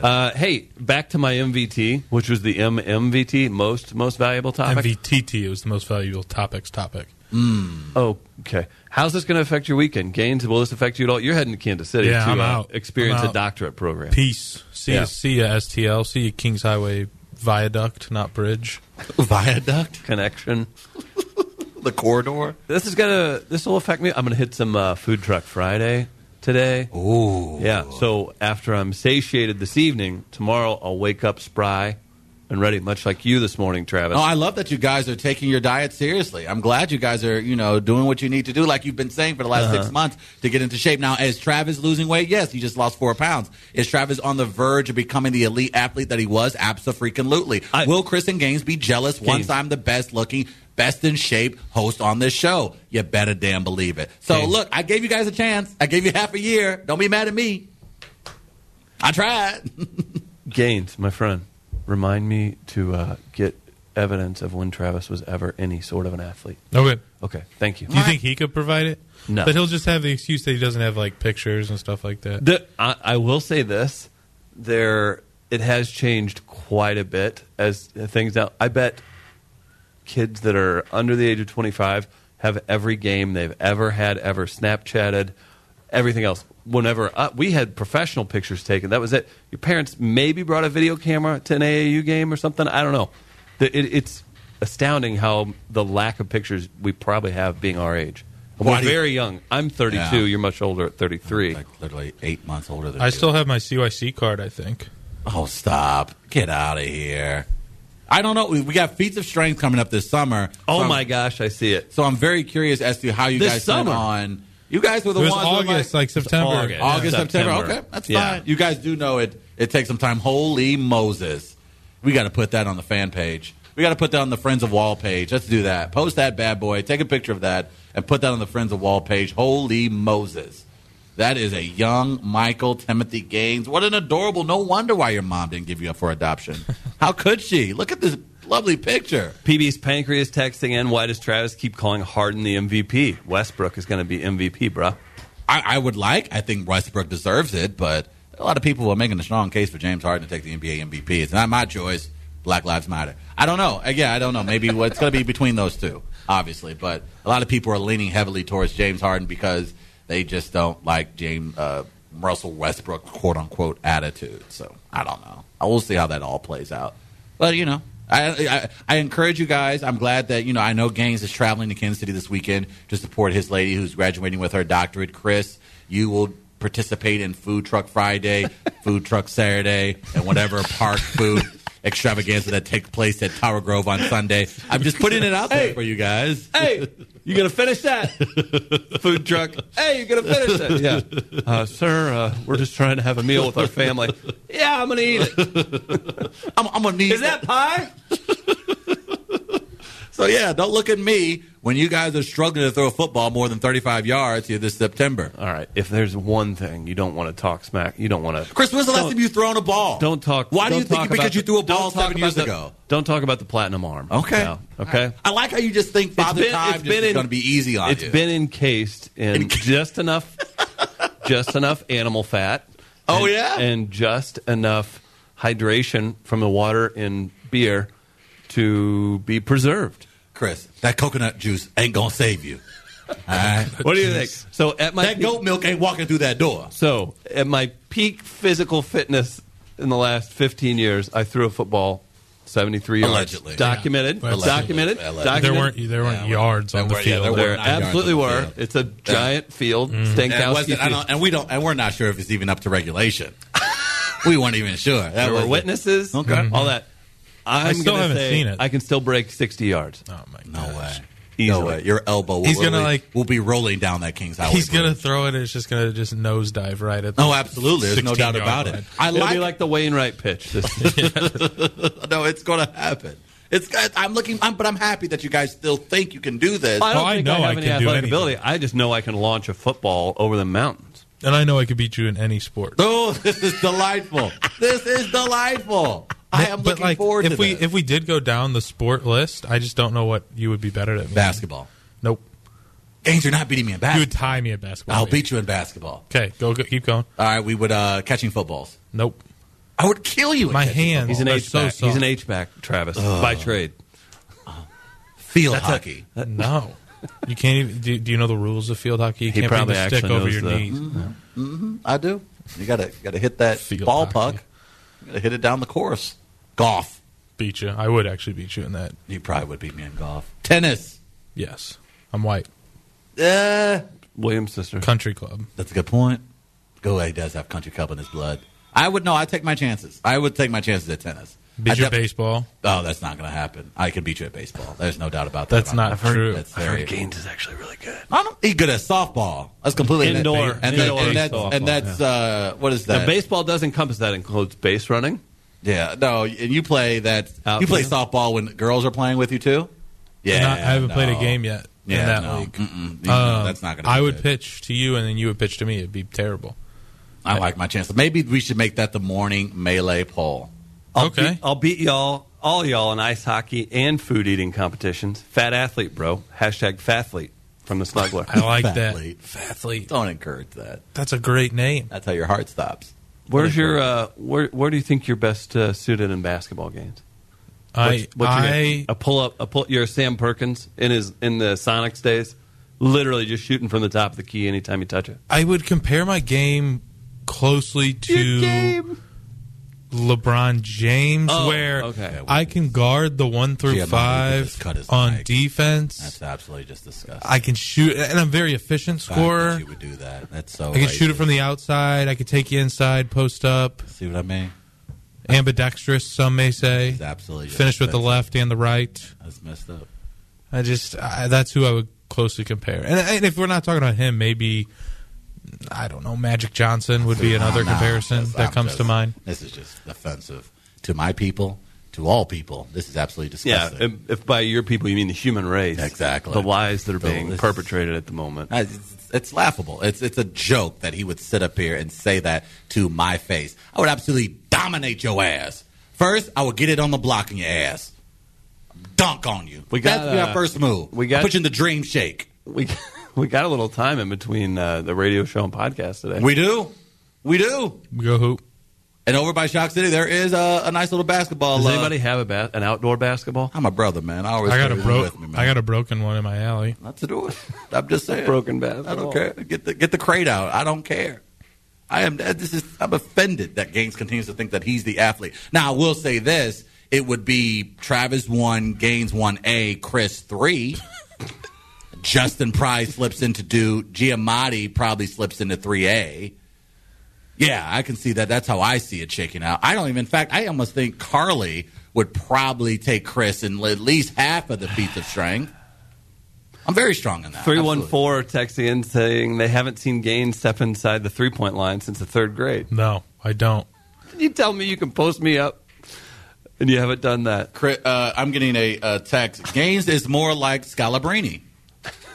Speaker 4: Uh, hey, back to my MVT, which was the MMVT, most most valuable topic.
Speaker 5: MVTT was the most valuable topics topic.
Speaker 4: oh, okay. How's this going to affect your weekend? Gaines, will this affect you at all? You're heading to Kansas City
Speaker 5: Yeah,
Speaker 4: to
Speaker 5: I'm
Speaker 4: uh,
Speaker 5: out.
Speaker 4: experience
Speaker 5: I'm
Speaker 4: a
Speaker 5: out.
Speaker 4: doctorate program.
Speaker 5: Peace. See
Speaker 4: Yeah.
Speaker 5: ya, see ya, STL. See ya, Kings Highway Viaduct, not bridge.
Speaker 3: Viaduct,
Speaker 4: Connection.
Speaker 3: the corridor.
Speaker 4: This is gonna. This will affect me. I'm gonna hit some uh, food truck Friday today.
Speaker 3: Ooh,
Speaker 4: Yeah. So after I'm satiated this evening, tomorrow I'll wake up spry and ready, much like you this morning, Travis.
Speaker 3: No, I love that you guys are taking your diet seriously. I'm glad you guys are, you know, doing what you need to do, like you've been saying for the last six months to get into shape. Now, is Travis losing weight? Yes, he just lost four pounds. Is Travis on the verge of becoming the elite athlete that he was? Absolutely.
Speaker 4: I-
Speaker 3: Will Chris and Gaines be jealous once I'm the best looking, best in shape host on this show? You better damn believe it. So, look, I gave you guys a chance. I gave you half a year. Don't be mad at me. I tried.
Speaker 4: Gaines, my friend, remind me to uh, get evidence of when Travis was ever any sort of an athlete.
Speaker 5: Okay.
Speaker 4: Okay, thank you.
Speaker 5: Do you think he could provide it?
Speaker 4: No.
Speaker 5: But he'll just have the excuse that he doesn't have like pictures and stuff like that.
Speaker 4: The, I, I will say this: there, it has changed quite a bit as things now. I bet kids that are under the age of twenty-five have every game they've ever had, ever Snapchatted, everything else. Whenever uh, we had professional pictures taken, that was it. Your parents maybe brought a video camera to an AAU game or something. I don't know. The, it, it's astounding how the lack of pictures we probably have being our age.
Speaker 3: Why
Speaker 4: We're
Speaker 3: do you-
Speaker 4: very young. I'm 32.
Speaker 3: Yeah.
Speaker 4: You're much older at 33.
Speaker 3: Like literally eight months older than
Speaker 5: I
Speaker 3: you.
Speaker 5: still have my CYC card, I think.
Speaker 3: Oh, stop. Get out of here. I don't know. We we got Feats of Strength coming up this summer.
Speaker 4: Oh
Speaker 3: So I'm-
Speaker 4: my gosh, I see it.
Speaker 3: So I'm very curious as to how you
Speaker 4: This
Speaker 3: guys went
Speaker 4: summer.
Speaker 3: on. You guys were the
Speaker 5: It was
Speaker 3: ones who were
Speaker 5: August, like, September.
Speaker 4: August.
Speaker 5: Yeah.
Speaker 3: August,
Speaker 4: Yeah.
Speaker 3: September.
Speaker 4: September.
Speaker 3: Okay, that's
Speaker 4: Yeah.
Speaker 3: fine. You guys do know it. It takes some time. Holy Moses! We got to put that on the fan page. We got to put that on the Friends of Wall page. Let's do that. Post that bad boy. Take a picture of that and put that on the Friends of Wall page. Holy Moses! That is a young Michael Timothy Gaines. What an adorable. No wonder why your mom didn't give you up for adoption.
Speaker 4: *laughs*
Speaker 3: How could she? Look at this lovely picture.
Speaker 4: PB's pancreas texting in. Why does Travis keep calling Harden the MVP? Westbrook is going to be MVP,
Speaker 3: *laughs*
Speaker 4: bruh.
Speaker 3: I, I would like. I think Westbrook deserves it, but a lot of people are making a strong case for James Harden to take the NBA MVP. It's not my choice. Black Lives Matter. I don't know. Uh, Yeah, I don't know. Maybe *laughs* what- it's going to be between those two, obviously. But a lot of people are leaning heavily towards James Harden because they just don't like James uh, Russell Westbrook, quote unquote, attitude. So I don't know. I will see how that all plays out. But you know, I, I I encourage you guys. I'm glad that you know. I know Gaines is traveling to Kansas City this weekend to support his lady who's graduating with her doctorate. Chris, you will participate in Food
Speaker 4: *laughs*
Speaker 3: Truck Friday, Food Truck Saturday, and whatever park food extravaganza that takes place at Tower Grove on Sunday. I'm just putting it out there for you guys.
Speaker 4: Hey, you going to finish that?
Speaker 3: *laughs*
Speaker 4: Food truck. Hey, you going to finish it? *laughs* Yeah. Uh, sir, uh, we're just trying to have a meal with our
Speaker 3: *laughs*
Speaker 4: family. Yeah, I'm going to eat it.
Speaker 3: I'm, I'm gonna need
Speaker 4: Is that pie?
Speaker 3: *laughs* So yeah, don't look at me when you guys are struggling to throw a football more than 35 yards here this September.
Speaker 4: All right. If there's one thing you don't want to talk smack, you don't
Speaker 3: *laughs*
Speaker 4: want to.
Speaker 3: Chris, when's the last time you thrown a ball?
Speaker 4: Don't talk.
Speaker 3: Why do
Speaker 4: don't
Speaker 3: you think
Speaker 4: talk
Speaker 3: because
Speaker 4: about
Speaker 3: you
Speaker 4: the-
Speaker 3: threw a
Speaker 4: don't
Speaker 3: ball
Speaker 4: talk
Speaker 3: seven
Speaker 4: about
Speaker 3: years
Speaker 4: the-
Speaker 3: ago?
Speaker 4: Don't talk about the platinum arm.
Speaker 3: Okay.
Speaker 4: No. Okay.
Speaker 3: I like how you just think Father
Speaker 4: been-
Speaker 3: Time
Speaker 4: it's
Speaker 3: just
Speaker 4: been
Speaker 3: is
Speaker 4: in-
Speaker 3: going to be easy on
Speaker 4: It's
Speaker 3: you.
Speaker 4: been encased in *laughs* just enough, just enough animal fat.
Speaker 3: Oh,
Speaker 4: and-
Speaker 3: yeah?
Speaker 4: and just enough hydration from the water in beer to be preserved.
Speaker 3: Chris, that coconut juice ain't going to save you. All right?
Speaker 4: *laughs* What do you think? So at my
Speaker 3: that goat milk ain't walking through that door.
Speaker 4: so at my peak physical fitness in the last 15 years, I threw a football. 73 yards.
Speaker 3: Allegedly.
Speaker 4: Documented.
Speaker 5: Yeah. Allegedly.
Speaker 4: Documented.
Speaker 3: Allegedly.
Speaker 5: There
Speaker 4: documented.
Speaker 5: weren't there weren't
Speaker 3: Yeah,
Speaker 5: yards
Speaker 3: there
Speaker 5: on the
Speaker 3: were- yeah,
Speaker 5: field.
Speaker 3: there were.
Speaker 4: There
Speaker 3: nine yards
Speaker 4: absolutely
Speaker 3: on the
Speaker 4: were.
Speaker 3: field. Mm-hmm.
Speaker 4: It's a giant field.
Speaker 3: And, it
Speaker 4: Stankowski
Speaker 3: wasn't, I
Speaker 4: Field.
Speaker 3: don't, and we don't, and we're not sure if it's even up to regulation. *laughs* we weren't even sure. That
Speaker 4: there were
Speaker 3: wasn't-
Speaker 4: witnesses,
Speaker 3: Okay.
Speaker 4: all that. I'm
Speaker 5: Mm-hmm. still
Speaker 4: gonna
Speaker 5: haven't
Speaker 4: say
Speaker 5: seen it.
Speaker 4: I can still break 60 yards.
Speaker 5: Oh my
Speaker 3: No way.
Speaker 4: Easily.
Speaker 3: No way. Your elbow will,
Speaker 5: He's gonna,
Speaker 3: will-
Speaker 5: like-
Speaker 3: will be rolling down that King's Highway.
Speaker 5: He's
Speaker 3: Bridge.
Speaker 5: gonna throw it. and It's just gonna just nosedive right at. The
Speaker 3: Oh, absolutely. There's no doubt
Speaker 5: 16-yard
Speaker 3: about it.
Speaker 5: line.
Speaker 3: I
Speaker 4: It'll
Speaker 3: like
Speaker 4: be like the Wainwright pitch. *laughs*
Speaker 5: *laughs*
Speaker 4: This-
Speaker 3: No, it's going to happen. It's. I'm looking. I'm, but I'm happy that you guys still think you can do this.
Speaker 4: I don't
Speaker 5: Oh, I
Speaker 4: think
Speaker 5: know
Speaker 4: I
Speaker 5: I
Speaker 4: have any
Speaker 5: can do
Speaker 4: athletic
Speaker 5: anything.
Speaker 4: ability. I just know I can launch a football over the mountains.
Speaker 5: And I know I could beat you in any sport.
Speaker 3: Oh, *laughs* this is delightful. this is delightful. I am
Speaker 5: but
Speaker 3: looking
Speaker 5: like,
Speaker 3: forward
Speaker 5: if
Speaker 3: to
Speaker 5: we
Speaker 3: this.
Speaker 5: if we did go down the sport list, I just don't know what you would be better at. me.
Speaker 3: basketball.
Speaker 5: Nope.
Speaker 3: Gaines, you're not beating me in
Speaker 5: You would
Speaker 3: basketball.
Speaker 5: tie me at basketball.
Speaker 3: I'll beat you in basketball.
Speaker 5: Okay, go, go keep going.
Speaker 3: All right, we would uh catching footballs.
Speaker 5: Nope.
Speaker 3: I would kill you. in
Speaker 5: My
Speaker 3: catching
Speaker 5: hands.
Speaker 4: He's an
Speaker 5: They're
Speaker 4: H back.
Speaker 5: so
Speaker 4: He's an
Speaker 5: soft.
Speaker 4: H back, Travis, by trade.
Speaker 3: Field hockey.
Speaker 5: No. You can't even. Do, do you know the rules of field hockey? You
Speaker 4: He
Speaker 5: can't bring
Speaker 4: probably
Speaker 5: the stick
Speaker 4: actually
Speaker 5: over
Speaker 4: knows
Speaker 5: your
Speaker 4: the-
Speaker 5: knees.
Speaker 3: Mm-hmm. I do. You gotta you gotta hit that
Speaker 5: Field
Speaker 3: ball
Speaker 5: hockey.
Speaker 3: puck. You gotta hit it down the course. Golf.
Speaker 5: Beat you. I would actually beat you in that.
Speaker 3: You probably would beat me in golf. Tennis.
Speaker 5: Yes. I'm white.
Speaker 3: Uh,
Speaker 4: Williams' sister.
Speaker 5: Country club.
Speaker 3: That's a good point. Go away does have country club in his blood. I would know. I take my chances. I would take my chances at tennis.
Speaker 5: Beat
Speaker 3: I
Speaker 5: your
Speaker 3: def-
Speaker 5: baseball.
Speaker 3: Oh, that's not going to happen. I could beat you at baseball. There's no doubt about that.
Speaker 5: That's
Speaker 3: I'm-
Speaker 5: not true.
Speaker 3: That's
Speaker 4: I
Speaker 3: very.
Speaker 4: heard Gaines is actually really good.
Speaker 3: I don't. He's good at softball. That's completely
Speaker 4: Indoor-
Speaker 3: and, that-
Speaker 4: indoor
Speaker 3: and that's,
Speaker 4: softball,
Speaker 3: and that's uh, what is that?
Speaker 4: Now, baseball does encompass that. Includes base running.
Speaker 3: Yeah, no, and you play that. you
Speaker 4: Outfield.
Speaker 3: play softball when girls are playing with you too. Yeah,
Speaker 5: Not- I haven't
Speaker 3: no.
Speaker 5: played a game yet
Speaker 3: Yeah,
Speaker 5: in that
Speaker 3: no.
Speaker 5: league.
Speaker 3: Mm-mm.
Speaker 5: Um,
Speaker 3: that's not going.
Speaker 5: I would pitch to you, and then you would pitch to me. It'd be terrible.
Speaker 3: I like my chance. Maybe we should make that the morning melee poll.
Speaker 4: I'll
Speaker 5: Okay.
Speaker 4: Beat, I'll beat y'all, all y'all, in ice hockey and food eating competitions. Fat athlete, bro. Hashtag fathlete from the snuggler.
Speaker 3: *laughs*
Speaker 5: I like that.
Speaker 3: Fathlete.
Speaker 5: Fathlete.
Speaker 3: Don't encourage that.
Speaker 5: That's a great name.
Speaker 3: That's how your heart stops.
Speaker 4: Where's your uh, where? Where do you think you're best uh, suited in basketball games?
Speaker 5: I, I,
Speaker 4: I a pull up a pull. You're a Sam Perkins in his in the Sonics days, literally just shooting from the top of the key anytime you touch it.
Speaker 5: I would compare my game closely to LeBron James,
Speaker 4: Oh,
Speaker 5: where
Speaker 4: okay.
Speaker 5: I can guard the one through
Speaker 3: Giamatti
Speaker 5: five
Speaker 3: just cut his
Speaker 5: on
Speaker 3: leg.
Speaker 5: defense.
Speaker 3: That's absolutely just disgusting.
Speaker 5: I can shoot, and I'm a very efficient
Speaker 3: The fact that
Speaker 5: scorer.
Speaker 3: you would do that. That's so.
Speaker 5: I can shoot it from the outside. I could take you inside, post up,
Speaker 3: See what I mean?
Speaker 5: ambidextrous. Some may say.
Speaker 3: It's absolutely just-
Speaker 5: Finish with the
Speaker 3: that's-
Speaker 5: left and the right.
Speaker 3: That's messed up.
Speaker 5: I just I, that's who I would closely compare. And, and if we're not talking about him, maybe I don't know. Magic Johnson would be another
Speaker 3: Nah,
Speaker 5: comparison
Speaker 3: just-
Speaker 5: that
Speaker 3: I'm
Speaker 5: comes
Speaker 3: just-
Speaker 5: to mind.
Speaker 3: This is just offensive to my people, to all people. This is absolutely
Speaker 4: Yeah,
Speaker 3: disgusting.
Speaker 4: if, if by your people you mean the human race,
Speaker 3: Exactly.
Speaker 4: The lies that are
Speaker 3: The-
Speaker 4: being
Speaker 3: this-
Speaker 4: perpetrated at the moment.
Speaker 3: I- It's, it's laughable. It's it's a joke that he would sit up here and say that to my face. I would absolutely dominate your ass. First, I would get it on the block in your ass, dunk on you.
Speaker 4: We got,
Speaker 3: That's my
Speaker 4: uh,
Speaker 3: first move.
Speaker 4: we got-
Speaker 3: I put you in the dream shake.
Speaker 4: We *laughs* we got a little time in between uh, the radio show and podcast today.
Speaker 3: We do, we do.
Speaker 5: Go hoop.
Speaker 3: And over by Shock City, there is a, a nice little basketball.
Speaker 4: Does
Speaker 3: uh,
Speaker 4: anybody have a ba- an outdoor basketball?
Speaker 3: I'm a brother, man. I always
Speaker 5: I got a
Speaker 3: carry one
Speaker 5: broke.
Speaker 3: with me, man.
Speaker 5: I got a broken one in my alley.
Speaker 3: not to do it. *laughs* I'm just saying.
Speaker 4: Broken basketball.
Speaker 3: I don't care. Get the get the crate out. I don't care. I am. uh, This is. I'm offended that Gaines continues to think that he's the athlete. Now I will say this: it would be Travis one, Gaines one A, Chris three. *laughs* Justin Pry slips into do. Giamatti probably slips into three A. Yeah, I can see that. That's how I see it shaking out. I don't even. In fact, I almost think Carly would probably take Chris in at least half of the feats of strength. I'm very strong in that.
Speaker 4: Three one
Speaker 3: Absolutely.
Speaker 4: four texting in saying they haven't seen Gaines step inside the three point line since the third grade.
Speaker 5: No, I don't.
Speaker 4: Can you tell me you can post me up, and you haven't done that.
Speaker 3: Chris, uh, I'm getting a, uh text. Gaines is more like Scalabrini.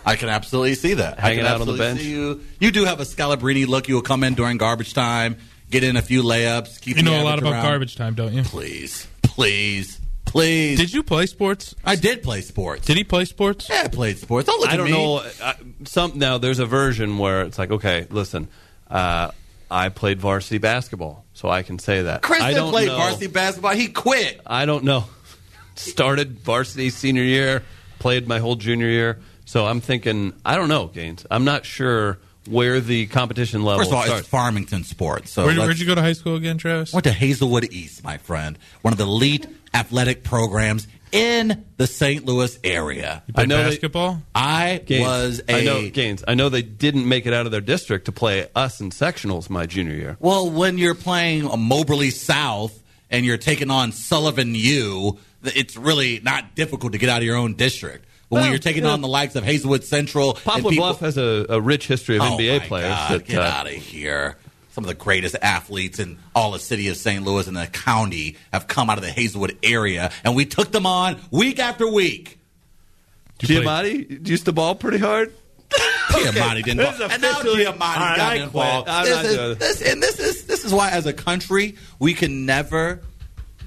Speaker 3: I can absolutely see that. I
Speaker 4: Hanging
Speaker 3: can
Speaker 4: out on the
Speaker 3: absolutely
Speaker 4: bench.
Speaker 3: See you. you do have a Scalabrini look. You will come in during garbage time, get in a few layups. Keep
Speaker 5: You
Speaker 3: the
Speaker 5: know a lot
Speaker 3: average
Speaker 5: about
Speaker 3: around.
Speaker 5: garbage time, don't you?
Speaker 3: Please, please, please.
Speaker 5: Did you play sports?
Speaker 3: I did play sports.
Speaker 5: Did he play sports?
Speaker 3: yeah, I played sports. Don't look
Speaker 4: I
Speaker 3: at
Speaker 4: don't
Speaker 3: me.
Speaker 4: know. I, some now there's a version where it's like, okay, listen, uh, I played varsity basketball, so I can say that.
Speaker 3: Chris
Speaker 4: I
Speaker 3: did
Speaker 4: don't
Speaker 3: play
Speaker 4: know-
Speaker 3: varsity basketball. He quit.
Speaker 4: I don't know. Started varsity senior year, played my whole junior year. So I'm thinking, I don't know, Gaines. I'm not sure where the competition level
Speaker 3: First of all,
Speaker 4: starts.
Speaker 3: it's Farmington sports. So
Speaker 5: Where,
Speaker 3: let's-
Speaker 5: where'd you go to high school again, Travis?
Speaker 3: Went to Hazelwood East, my friend, one of the elite athletic programs in the St. Louis area.
Speaker 5: You played
Speaker 4: I know they-
Speaker 5: basketball.
Speaker 3: I
Speaker 4: Gaines,
Speaker 3: was
Speaker 4: I
Speaker 3: a
Speaker 4: know Gaines. I know they didn't make it out of their district to play us in sectionals my junior year.
Speaker 3: well. When you're playing a Moberly South and you're taking on Sullivan U, th- it's really not difficult to get out of your own district. But when
Speaker 4: Well,
Speaker 3: you're taking
Speaker 4: yeah.
Speaker 3: on the likes of Hazelwood Central, and
Speaker 4: Poplar
Speaker 3: people-
Speaker 4: Bluff has a, a rich history of
Speaker 3: oh
Speaker 4: NBA
Speaker 3: my
Speaker 4: players.
Speaker 3: God,
Speaker 4: that,
Speaker 3: get
Speaker 4: uh,
Speaker 3: out of here! Some of the greatest athletes in all the city of St. Louis and the county have come out of the Hazelwood area, and we took them on week after week.
Speaker 5: Did you play-
Speaker 4: Giamatti used to ball pretty hard.
Speaker 3: Giamatti didn't.
Speaker 4: this is
Speaker 3: and now
Speaker 4: officially-
Speaker 3: Giamatti
Speaker 4: All right, I
Speaker 3: got
Speaker 4: quit.
Speaker 3: involved.
Speaker 4: I'm
Speaker 3: This
Speaker 4: not doing
Speaker 3: is, this, and this is this is why, as a country, we can never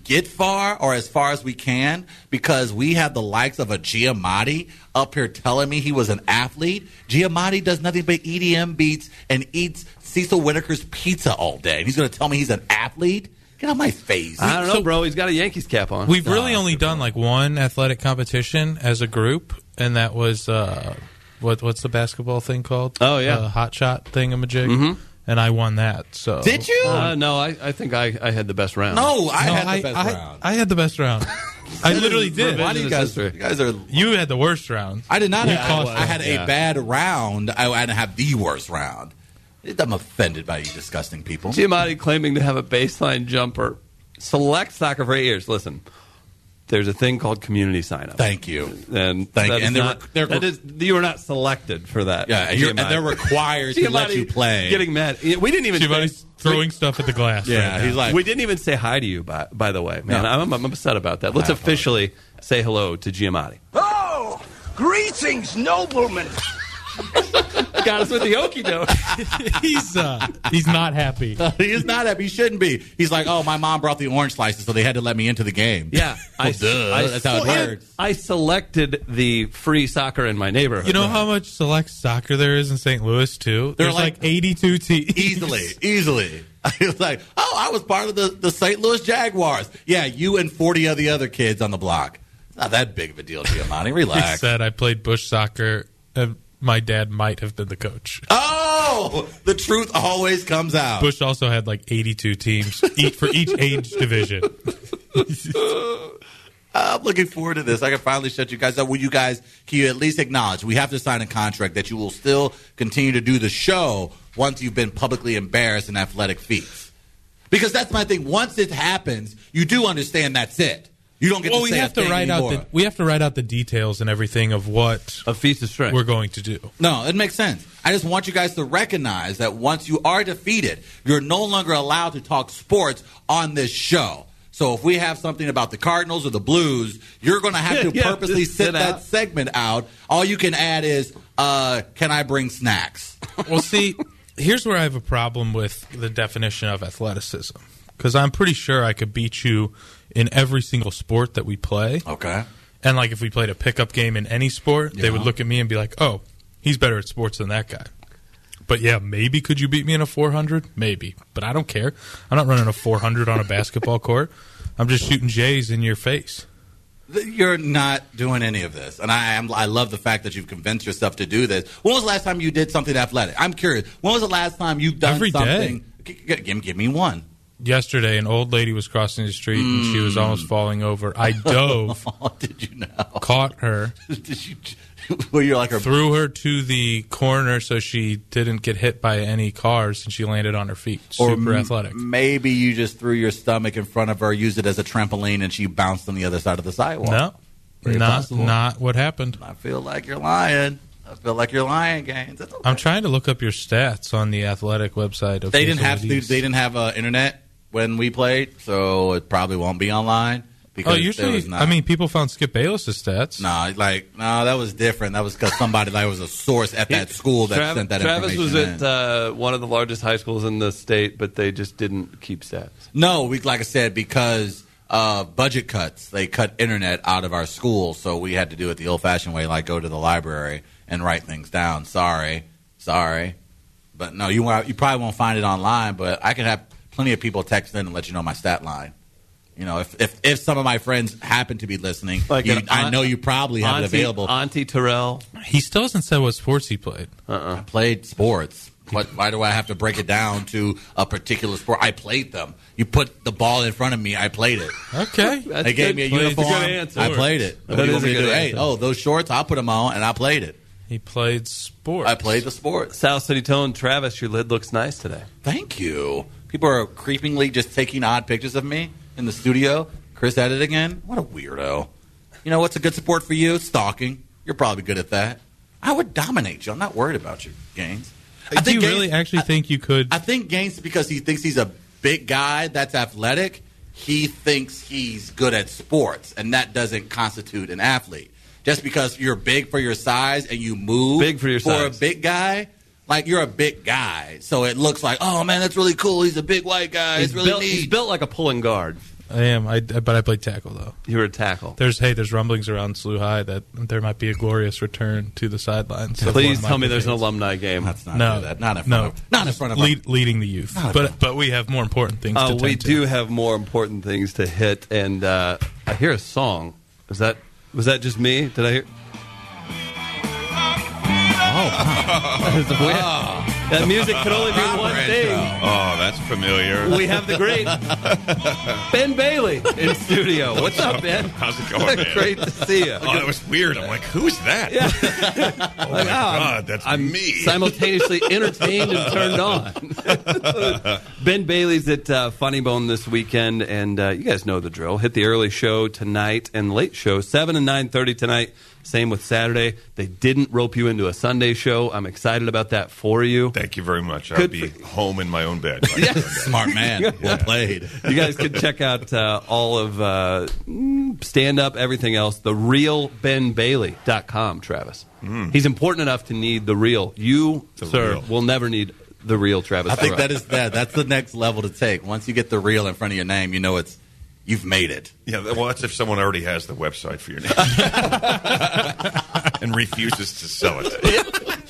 Speaker 3: get far or as far as we can because we have the likes of a Giamatti up here telling me he was an athlete. Giamatti does nothing but EDM beats and eats Cecil Whitaker's pizza all day, and he's going to tell me he's an athlete. Get out of my face.
Speaker 4: I don't know,
Speaker 5: So-
Speaker 4: bro. He's got a Yankees cap on. Uh,
Speaker 5: We've really only done like one athletic competition as a group, and that was uh, what what's the basketball thing called?
Speaker 4: Oh, yeah.
Speaker 5: uh, hot shot thing of a jig,
Speaker 3: Mm-hmm.
Speaker 5: and I won that. So
Speaker 3: Did you?
Speaker 4: Uh, no, I, I think I, I had the best round.
Speaker 3: no, I
Speaker 5: No,
Speaker 3: had
Speaker 5: I,
Speaker 3: the best
Speaker 5: I-
Speaker 3: round.
Speaker 5: I had the
Speaker 3: *laughs*
Speaker 5: best round. I literally did.
Speaker 3: Why do you
Speaker 4: Revisionist
Speaker 3: guys? You
Speaker 4: history.
Speaker 3: guys are
Speaker 5: You had the worst round.
Speaker 3: I did not.
Speaker 5: You
Speaker 3: Have,
Speaker 5: cost
Speaker 3: I, I had
Speaker 4: Yeah.
Speaker 3: a bad round. I, I didn't have the worst round. I'm offended by you disgusting people.
Speaker 4: Giamatti claiming to have a baseline jumper. select soccer for eight years. Listen, there's a thing called community sign up.
Speaker 3: Thank you.
Speaker 4: and
Speaker 3: Thank
Speaker 4: that
Speaker 3: you.
Speaker 4: is
Speaker 3: And they're-
Speaker 4: not-
Speaker 3: they're-
Speaker 4: that is- you are not selected for that.
Speaker 3: Yeah, you're, and
Speaker 4: GMI.
Speaker 3: they're required to let
Speaker 4: Giamatti
Speaker 3: you play.
Speaker 4: Getting mad. Yeah, We didn't even.
Speaker 5: Giamatti's
Speaker 3: *laughs*
Speaker 4: say-
Speaker 5: throwing stuff at the glass. right
Speaker 3: yeah,
Speaker 5: now.
Speaker 3: he's like,
Speaker 4: we didn't even say hi to you. By, by the way, man,
Speaker 3: No.
Speaker 4: I'm, I'm upset about that. Let's
Speaker 3: I apologize.
Speaker 4: officially say hello to Giamatti.
Speaker 7: Oh, greetings, noblemen.
Speaker 4: *laughs* Got us with the okie
Speaker 3: *laughs*
Speaker 4: doke.
Speaker 5: he's uh, he's not happy.
Speaker 3: he is not happy. He shouldn't be. He's like, oh, my mom brought the orange slices, so they had to let me into the game.
Speaker 4: Yeah,
Speaker 3: Well, duh, that's how it
Speaker 4: well,
Speaker 3: works.
Speaker 4: I selected the free soccer in my neighborhood.
Speaker 5: You know how much select soccer there is in St. Louis too.
Speaker 3: They're
Speaker 5: There's like,
Speaker 3: like-
Speaker 5: 82
Speaker 4: *laughs*
Speaker 5: teams.
Speaker 3: Easily, easily. *laughs* He was like, oh, I was part of the, the St. Louis Jaguars. Yeah, you and 40 of the other kids on the block. It's Not that big of a deal, Giamatti.
Speaker 5: He
Speaker 3: Relax.
Speaker 5: said I played bush soccer. And my dad might have been the coach.
Speaker 3: Oh, the truth always comes out.
Speaker 5: Bush also had like 82 teams each for each
Speaker 3: *laughs*
Speaker 5: age division.
Speaker 3: I'm looking forward to this. I can finally shut you guys up. Will you guys, can you at least acknowledge we have to sign a contract that you will still continue to do the show once you've been publicly embarrassed in athletic feats? Because that's my thing. Once it happens, you do understand that's it. You don't get
Speaker 5: Well,
Speaker 3: to
Speaker 5: we
Speaker 3: say
Speaker 5: have
Speaker 3: a
Speaker 5: to
Speaker 3: thing
Speaker 5: write out
Speaker 3: anymore.
Speaker 5: the we have to write out the details and everything of what
Speaker 4: a feast of strength.
Speaker 5: we're going to do.
Speaker 3: No, it makes sense. I just want you guys to recognize that once you are defeated, you're no longer allowed to talk sports on this show. So if we have something about the Cardinals or the Blues, you're going to have to
Speaker 4: *laughs* Yeah,
Speaker 3: purposely
Speaker 4: just
Speaker 3: sit
Speaker 4: sit
Speaker 3: that
Speaker 4: out.
Speaker 3: segment out. All you can add is, uh, "Can I bring snacks?"
Speaker 5: Well, see, here's where I have a problem with the definition of athleticism because I'm pretty sure I could beat you in every single sport that we play.
Speaker 3: Okay.
Speaker 5: And like if we played a pickup game in any sport, they would look at me and be like, "Oh, he's better at sports than that guy." But yeah, maybe could you beat me in a 400? Maybe, but I don't care. I'm not running a 400 on a basketball court. I'm just shooting J's in your face.
Speaker 3: Th- You're not doing any of this, and I am. I love the fact that you've convinced yourself to do this. When was the last time you did something athletic? I'm curious. When was the last time you've done
Speaker 5: Every day.
Speaker 3: something? G- g- give, give me one.
Speaker 5: Yesterday, an old lady was crossing the street and she was almost falling over. I dove,
Speaker 4: Oh.
Speaker 3: *laughs* did you know?
Speaker 5: caught her,
Speaker 3: *laughs* Did you? Well, you're like her
Speaker 5: threw her to the corner so she didn't get hit by any cars and she landed on her feet. Super
Speaker 3: m-
Speaker 5: athletic.
Speaker 3: Maybe you just threw your stomach in front of her, used it as a trampoline, and she bounced on the other side of the sidewalk.
Speaker 5: No,
Speaker 3: Very
Speaker 5: not
Speaker 3: possible.
Speaker 5: not what happened.
Speaker 3: I feel like you're lying. I feel like you're lying, Gaines. It's okay.
Speaker 5: I'm trying to look up your stats on the athletic website. Of
Speaker 3: They didn't have to. They
Speaker 5: facilities.
Speaker 3: didn't have uh, internet when we played, so it probably won't be online.
Speaker 5: Oh,
Speaker 3: Because there
Speaker 5: usually,
Speaker 3: was not,
Speaker 5: I mean, people found Skip Bayless's stats.
Speaker 3: no, like no, that was different. That was because somebody that was a source at that school that
Speaker 4: Trav-
Speaker 3: sent that
Speaker 4: Travis was
Speaker 3: information.
Speaker 4: at uh,
Speaker 3: in.
Speaker 4: one of the largest high schools in the state, but they just didn't keep stats.
Speaker 3: No, we like I said because uh, budget cuts. They cut internet out of our school, so we had to do it the old-fashioned way, like go to the library and write things down. Sorry, sorry, but no, you won't- you probably won't find it online. But I can have plenty of people text in and let you know my stat line. You know, if if, if some of my friends happen to be listening,
Speaker 4: Like
Speaker 3: you,
Speaker 4: an
Speaker 3: I
Speaker 4: aunt-
Speaker 3: know you probably have it
Speaker 4: Auntie-
Speaker 3: available.
Speaker 4: Auntie Terrell.
Speaker 5: He still hasn't said what sports he played.
Speaker 4: uh,
Speaker 3: I played sports. What, why do I have to break it down to a particular sport? I played them. You put the ball in front of me. I played it. *laughs*
Speaker 5: Okay.
Speaker 4: That's
Speaker 3: they gave
Speaker 4: good.
Speaker 3: me a
Speaker 4: Well, it's
Speaker 3: uniform.
Speaker 4: good answer.
Speaker 3: I played it. What
Speaker 4: That
Speaker 3: do you
Speaker 4: is
Speaker 3: want
Speaker 4: a
Speaker 3: me to
Speaker 4: good
Speaker 3: do? Hey,
Speaker 4: answer.
Speaker 3: oh, those shorts, I'll put them on, and I played it.
Speaker 5: he played sports.
Speaker 3: I played the sports.
Speaker 4: South City Tone, Travis, your lid looks nice today.
Speaker 3: Thank you. People are creepingly just taking odd pictures of me in the studio. Chris at it again. What a weirdo. You know what's a good support for you? Stalking. You're probably good at that. I would dominate you. I'm not worried about you, Gaines. I
Speaker 5: Do you
Speaker 3: Gaines-
Speaker 5: really actually think you could?
Speaker 3: I think Gaines, because he thinks he's a big guy that's athletic, he thinks he's good at sports, and that doesn't constitute an athlete. Just because you're big for your size and you move
Speaker 4: Big for your
Speaker 3: a
Speaker 4: size.
Speaker 3: big guy, like you're a big guy, so it looks like, oh man, that's really cool. He's a big white guy. it's really
Speaker 4: built,
Speaker 3: neat.
Speaker 4: he's built like a pulling guard.
Speaker 5: I am. I but I played tackle though.
Speaker 4: You were a tackle.
Speaker 5: There's hey, there's rumblings around Slough High that there might be a glorious return to the sidelines. of one
Speaker 4: Please
Speaker 5: of
Speaker 4: tell me
Speaker 5: Michael
Speaker 4: there's an
Speaker 5: James.
Speaker 4: alumni game.
Speaker 3: Let's not
Speaker 5: no,
Speaker 3: do that. Not in front
Speaker 5: no,
Speaker 3: of. Not in
Speaker 5: Just
Speaker 3: front of.
Speaker 5: lead, leading the youth.
Speaker 3: Not in front
Speaker 5: But but we have more important things.
Speaker 4: Uh,
Speaker 5: to
Speaker 4: we
Speaker 5: tend to.
Speaker 4: do have more important things to hit, and uh, I hear a song. Is that was that just me? Did I hear?
Speaker 3: oh,
Speaker 4: *laughs*
Speaker 3: wow.
Speaker 4: Is the wind- That music could only be one thing.
Speaker 8: Oh, that's familiar.
Speaker 4: We have the *laughs* great Ben Bailey in studio. What's up, Ben?
Speaker 8: How's
Speaker 4: *laughs*
Speaker 8: it going, man?
Speaker 4: Great to see you.
Speaker 8: Oh, that was weird. I'm like, who's that?
Speaker 4: Yeah.
Speaker 8: *laughs*
Speaker 4: *laughs*
Speaker 8: Oh my God, that's
Speaker 4: I'm
Speaker 8: me.
Speaker 4: *laughs* simultaneously entertained and turned on. *laughs* ben Bailey's at uh, Funny Bone this weekend, and uh, you guys know the drill. Hit the early show tonight and late show seven and nine thirty tonight. Same with Saturday. They didn't rope you into a Sunday show. I'm excited about that for you.
Speaker 8: Thank you very much. I'll
Speaker 4: Good
Speaker 8: be
Speaker 4: for-
Speaker 8: home in my own bed.
Speaker 3: *laughs* Smart
Speaker 5: *laughs*
Speaker 3: man. Well played.
Speaker 4: you guys can check out uh, all of uh, stand up, everything else, the real benbailey.com, Travis.
Speaker 3: Mm.
Speaker 4: He's important enough to need the real. You, sir,
Speaker 8: real.
Speaker 4: will never need the real Travis.
Speaker 3: I think
Speaker 4: Barrera.
Speaker 3: that is that. That's the next level to take. Once you get the real in front of your name, you know it's you've made it.
Speaker 8: Yeah, well, that's if someone already has the website
Speaker 4: *laughs*
Speaker 8: for your name and refuses to sell it.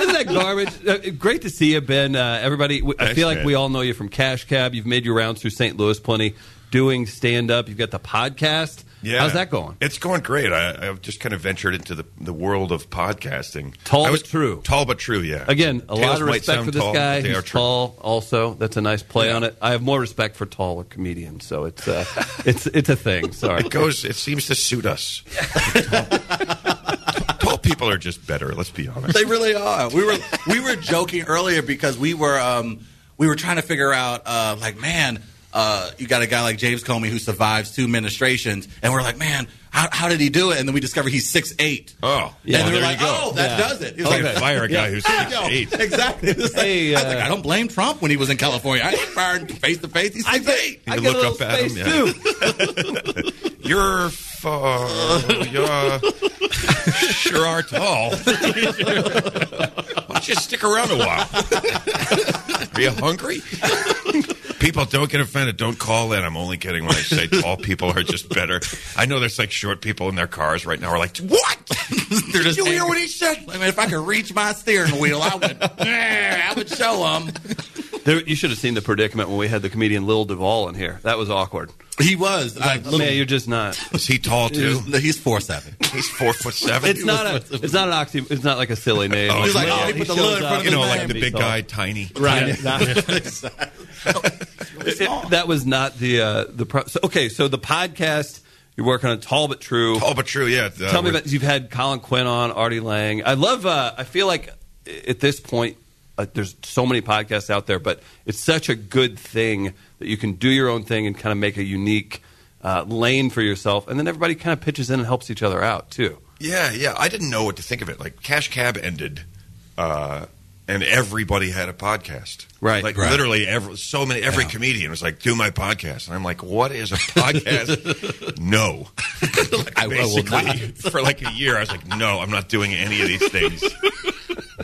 Speaker 4: Isn't that garbage? Uh, great to see you, Ben. Uh, everybody, w- I
Speaker 8: Thanks,
Speaker 4: feel like
Speaker 8: man.
Speaker 4: we all know you from Cash Cab. You've made your rounds through St. Louis plenty, doing stand up. You've got the podcast.
Speaker 8: Yeah,
Speaker 4: How's that going?
Speaker 8: It's going great. I, I've just kind of ventured into the, the world of podcasting.
Speaker 4: Tall
Speaker 8: I
Speaker 4: but true.
Speaker 8: Tall but true. Yeah.
Speaker 4: Again, a
Speaker 8: Tales
Speaker 4: lot of
Speaker 8: might
Speaker 4: respect
Speaker 8: sound
Speaker 4: for this
Speaker 8: tall,
Speaker 4: guy.
Speaker 8: but they are
Speaker 4: He's
Speaker 8: true.
Speaker 4: tall, also. That's a nice play on it. I have more respect for taller comedians, so it's uh, *laughs* it's it's a thing. Sorry.
Speaker 8: It goes. It seems to suit
Speaker 4: *laughs*
Speaker 8: us. tall people are just better. Let's be honest.
Speaker 3: They really are. We were we were joking earlier because we were um, we were trying to figure out uh, like man, uh, you got a guy like James Comey who survives two administrations, and we're like man, how, how did he do it? And then we discover he's six eight.
Speaker 8: Oh,
Speaker 3: and
Speaker 8: well,
Speaker 3: we
Speaker 8: there
Speaker 3: were
Speaker 8: you
Speaker 3: like,
Speaker 8: go.
Speaker 3: oh, that does it. He was
Speaker 8: Can't
Speaker 3: like,
Speaker 8: fire a guy who's six
Speaker 3: Yo,
Speaker 8: eight.
Speaker 3: Exactly. It's like-
Speaker 4: Hey,
Speaker 3: I was like,
Speaker 4: uh,
Speaker 3: I don't blame Trump when he was in California. I ain't fired face to face. He's six eight.
Speaker 8: You
Speaker 4: I
Speaker 8: can
Speaker 4: get a
Speaker 8: look
Speaker 4: little
Speaker 8: up at him,
Speaker 4: space
Speaker 8: yeah.
Speaker 4: too.
Speaker 8: *laughs* You're f- uh, you sure are *laughs* tall. Why don't you stick around a while? Are you hungry? People don't get offended. Don't call in. I'm only kidding when I say tall people are just better. I know there's like short people in their cars right now are like,
Speaker 3: *laughs*
Speaker 8: what?
Speaker 3: They're just
Speaker 8: you hear
Speaker 3: angry.
Speaker 8: what he said?
Speaker 3: Like, man, if I could reach my steering wheel, I would. *laughs* I would show him.
Speaker 4: There, you should have seen the predicament when we had the comedian Lil Duval in here. That was awkward.
Speaker 3: He was. Like, little,
Speaker 4: Man, you're just not.
Speaker 8: Is he tall too?
Speaker 3: he's four seven.
Speaker 8: He's four foot seven.
Speaker 4: It's not a. It's not an oxy. It's not like a silly name.
Speaker 8: Oh, He's like,
Speaker 3: oh, he put the lil
Speaker 4: shows
Speaker 3: in front
Speaker 4: up,
Speaker 3: of
Speaker 8: you know,
Speaker 4: he's
Speaker 8: like the
Speaker 4: tall.
Speaker 8: big guy, tiny.
Speaker 4: Right. *laughs*
Speaker 8: *laughs*
Speaker 4: that was not the uh, the. Pro- so, okay, so the podcast you're working on, tall but true.
Speaker 8: Oh, but true, yeah. Uh,
Speaker 4: Tell me
Speaker 8: we're-
Speaker 4: about you've had Colin Quinn on, Artie Lang. I love. Uh, I feel like at this point, uh, there's so many podcasts out there, but it's such a good thing that you can do your own thing and kind of make a unique uh, lane for yourself, and then everybody kind of pitches in and helps each other out too.
Speaker 8: Yeah, yeah. I didn't know what to think of it. Like Cash Cab ended, uh, and everybody had a podcast.
Speaker 4: Right.
Speaker 8: Like
Speaker 3: Right.
Speaker 8: literally, every, so many. Every comedian was like, "Do my podcast," and I'm like, "What is a *laughs* podcast?" no. Like,
Speaker 3: I- I will not.
Speaker 8: for like a year, I was like, "No, I'm not doing any of these things."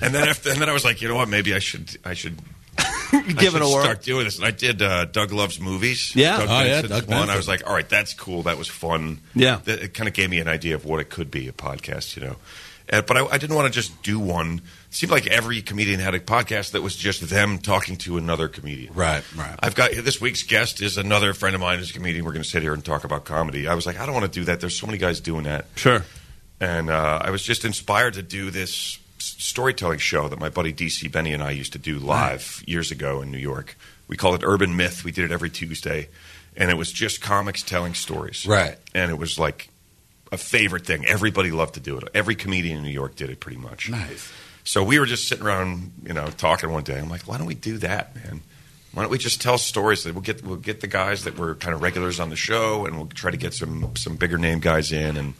Speaker 8: and then after, and then I was like, "You know what? Maybe I should, I should." I
Speaker 4: Give it
Speaker 8: should
Speaker 4: a whirl.
Speaker 8: Start doing this. And I did uh, Doug Loves Movies.
Speaker 4: Yeah.
Speaker 8: Doug
Speaker 3: Oh, yeah,
Speaker 8: Benson's
Speaker 3: Doug
Speaker 8: one. I
Speaker 3: Benson.
Speaker 8: was like, all right, that's cool. That was fun.
Speaker 4: Yeah.
Speaker 8: Th- it kind of gave me an idea of what it could be a podcast, you know. And, but I, I didn't want to just do one. It seemed like every comedian had a podcast that was just them talking to another comedian.
Speaker 3: Right, right.
Speaker 8: I've got this week's guest is another friend of mine who's a comedian. We're going to sit here and talk about comedy. I was like, I don't want to do that. There's so many guys doing that.
Speaker 4: Sure.
Speaker 8: And uh, I was just inspired to do this s- storytelling show that my buddy DC Benny and I used to do live years ago in New York. We called it Urban Myth. We did it every Tuesday, and it was just comics telling stories.
Speaker 3: Right.
Speaker 8: And it was like a favorite thing. Everybody loved to do it. Every comedian in New York did it pretty much.
Speaker 3: Nice.
Speaker 8: So we were just sitting around, you know, talking one day. I'm like, why don't we do that, man? Why don't we just tell stories that we'll get we'll get the guys that were kind of regulars on the show, and we'll try to get some some bigger name guys in, and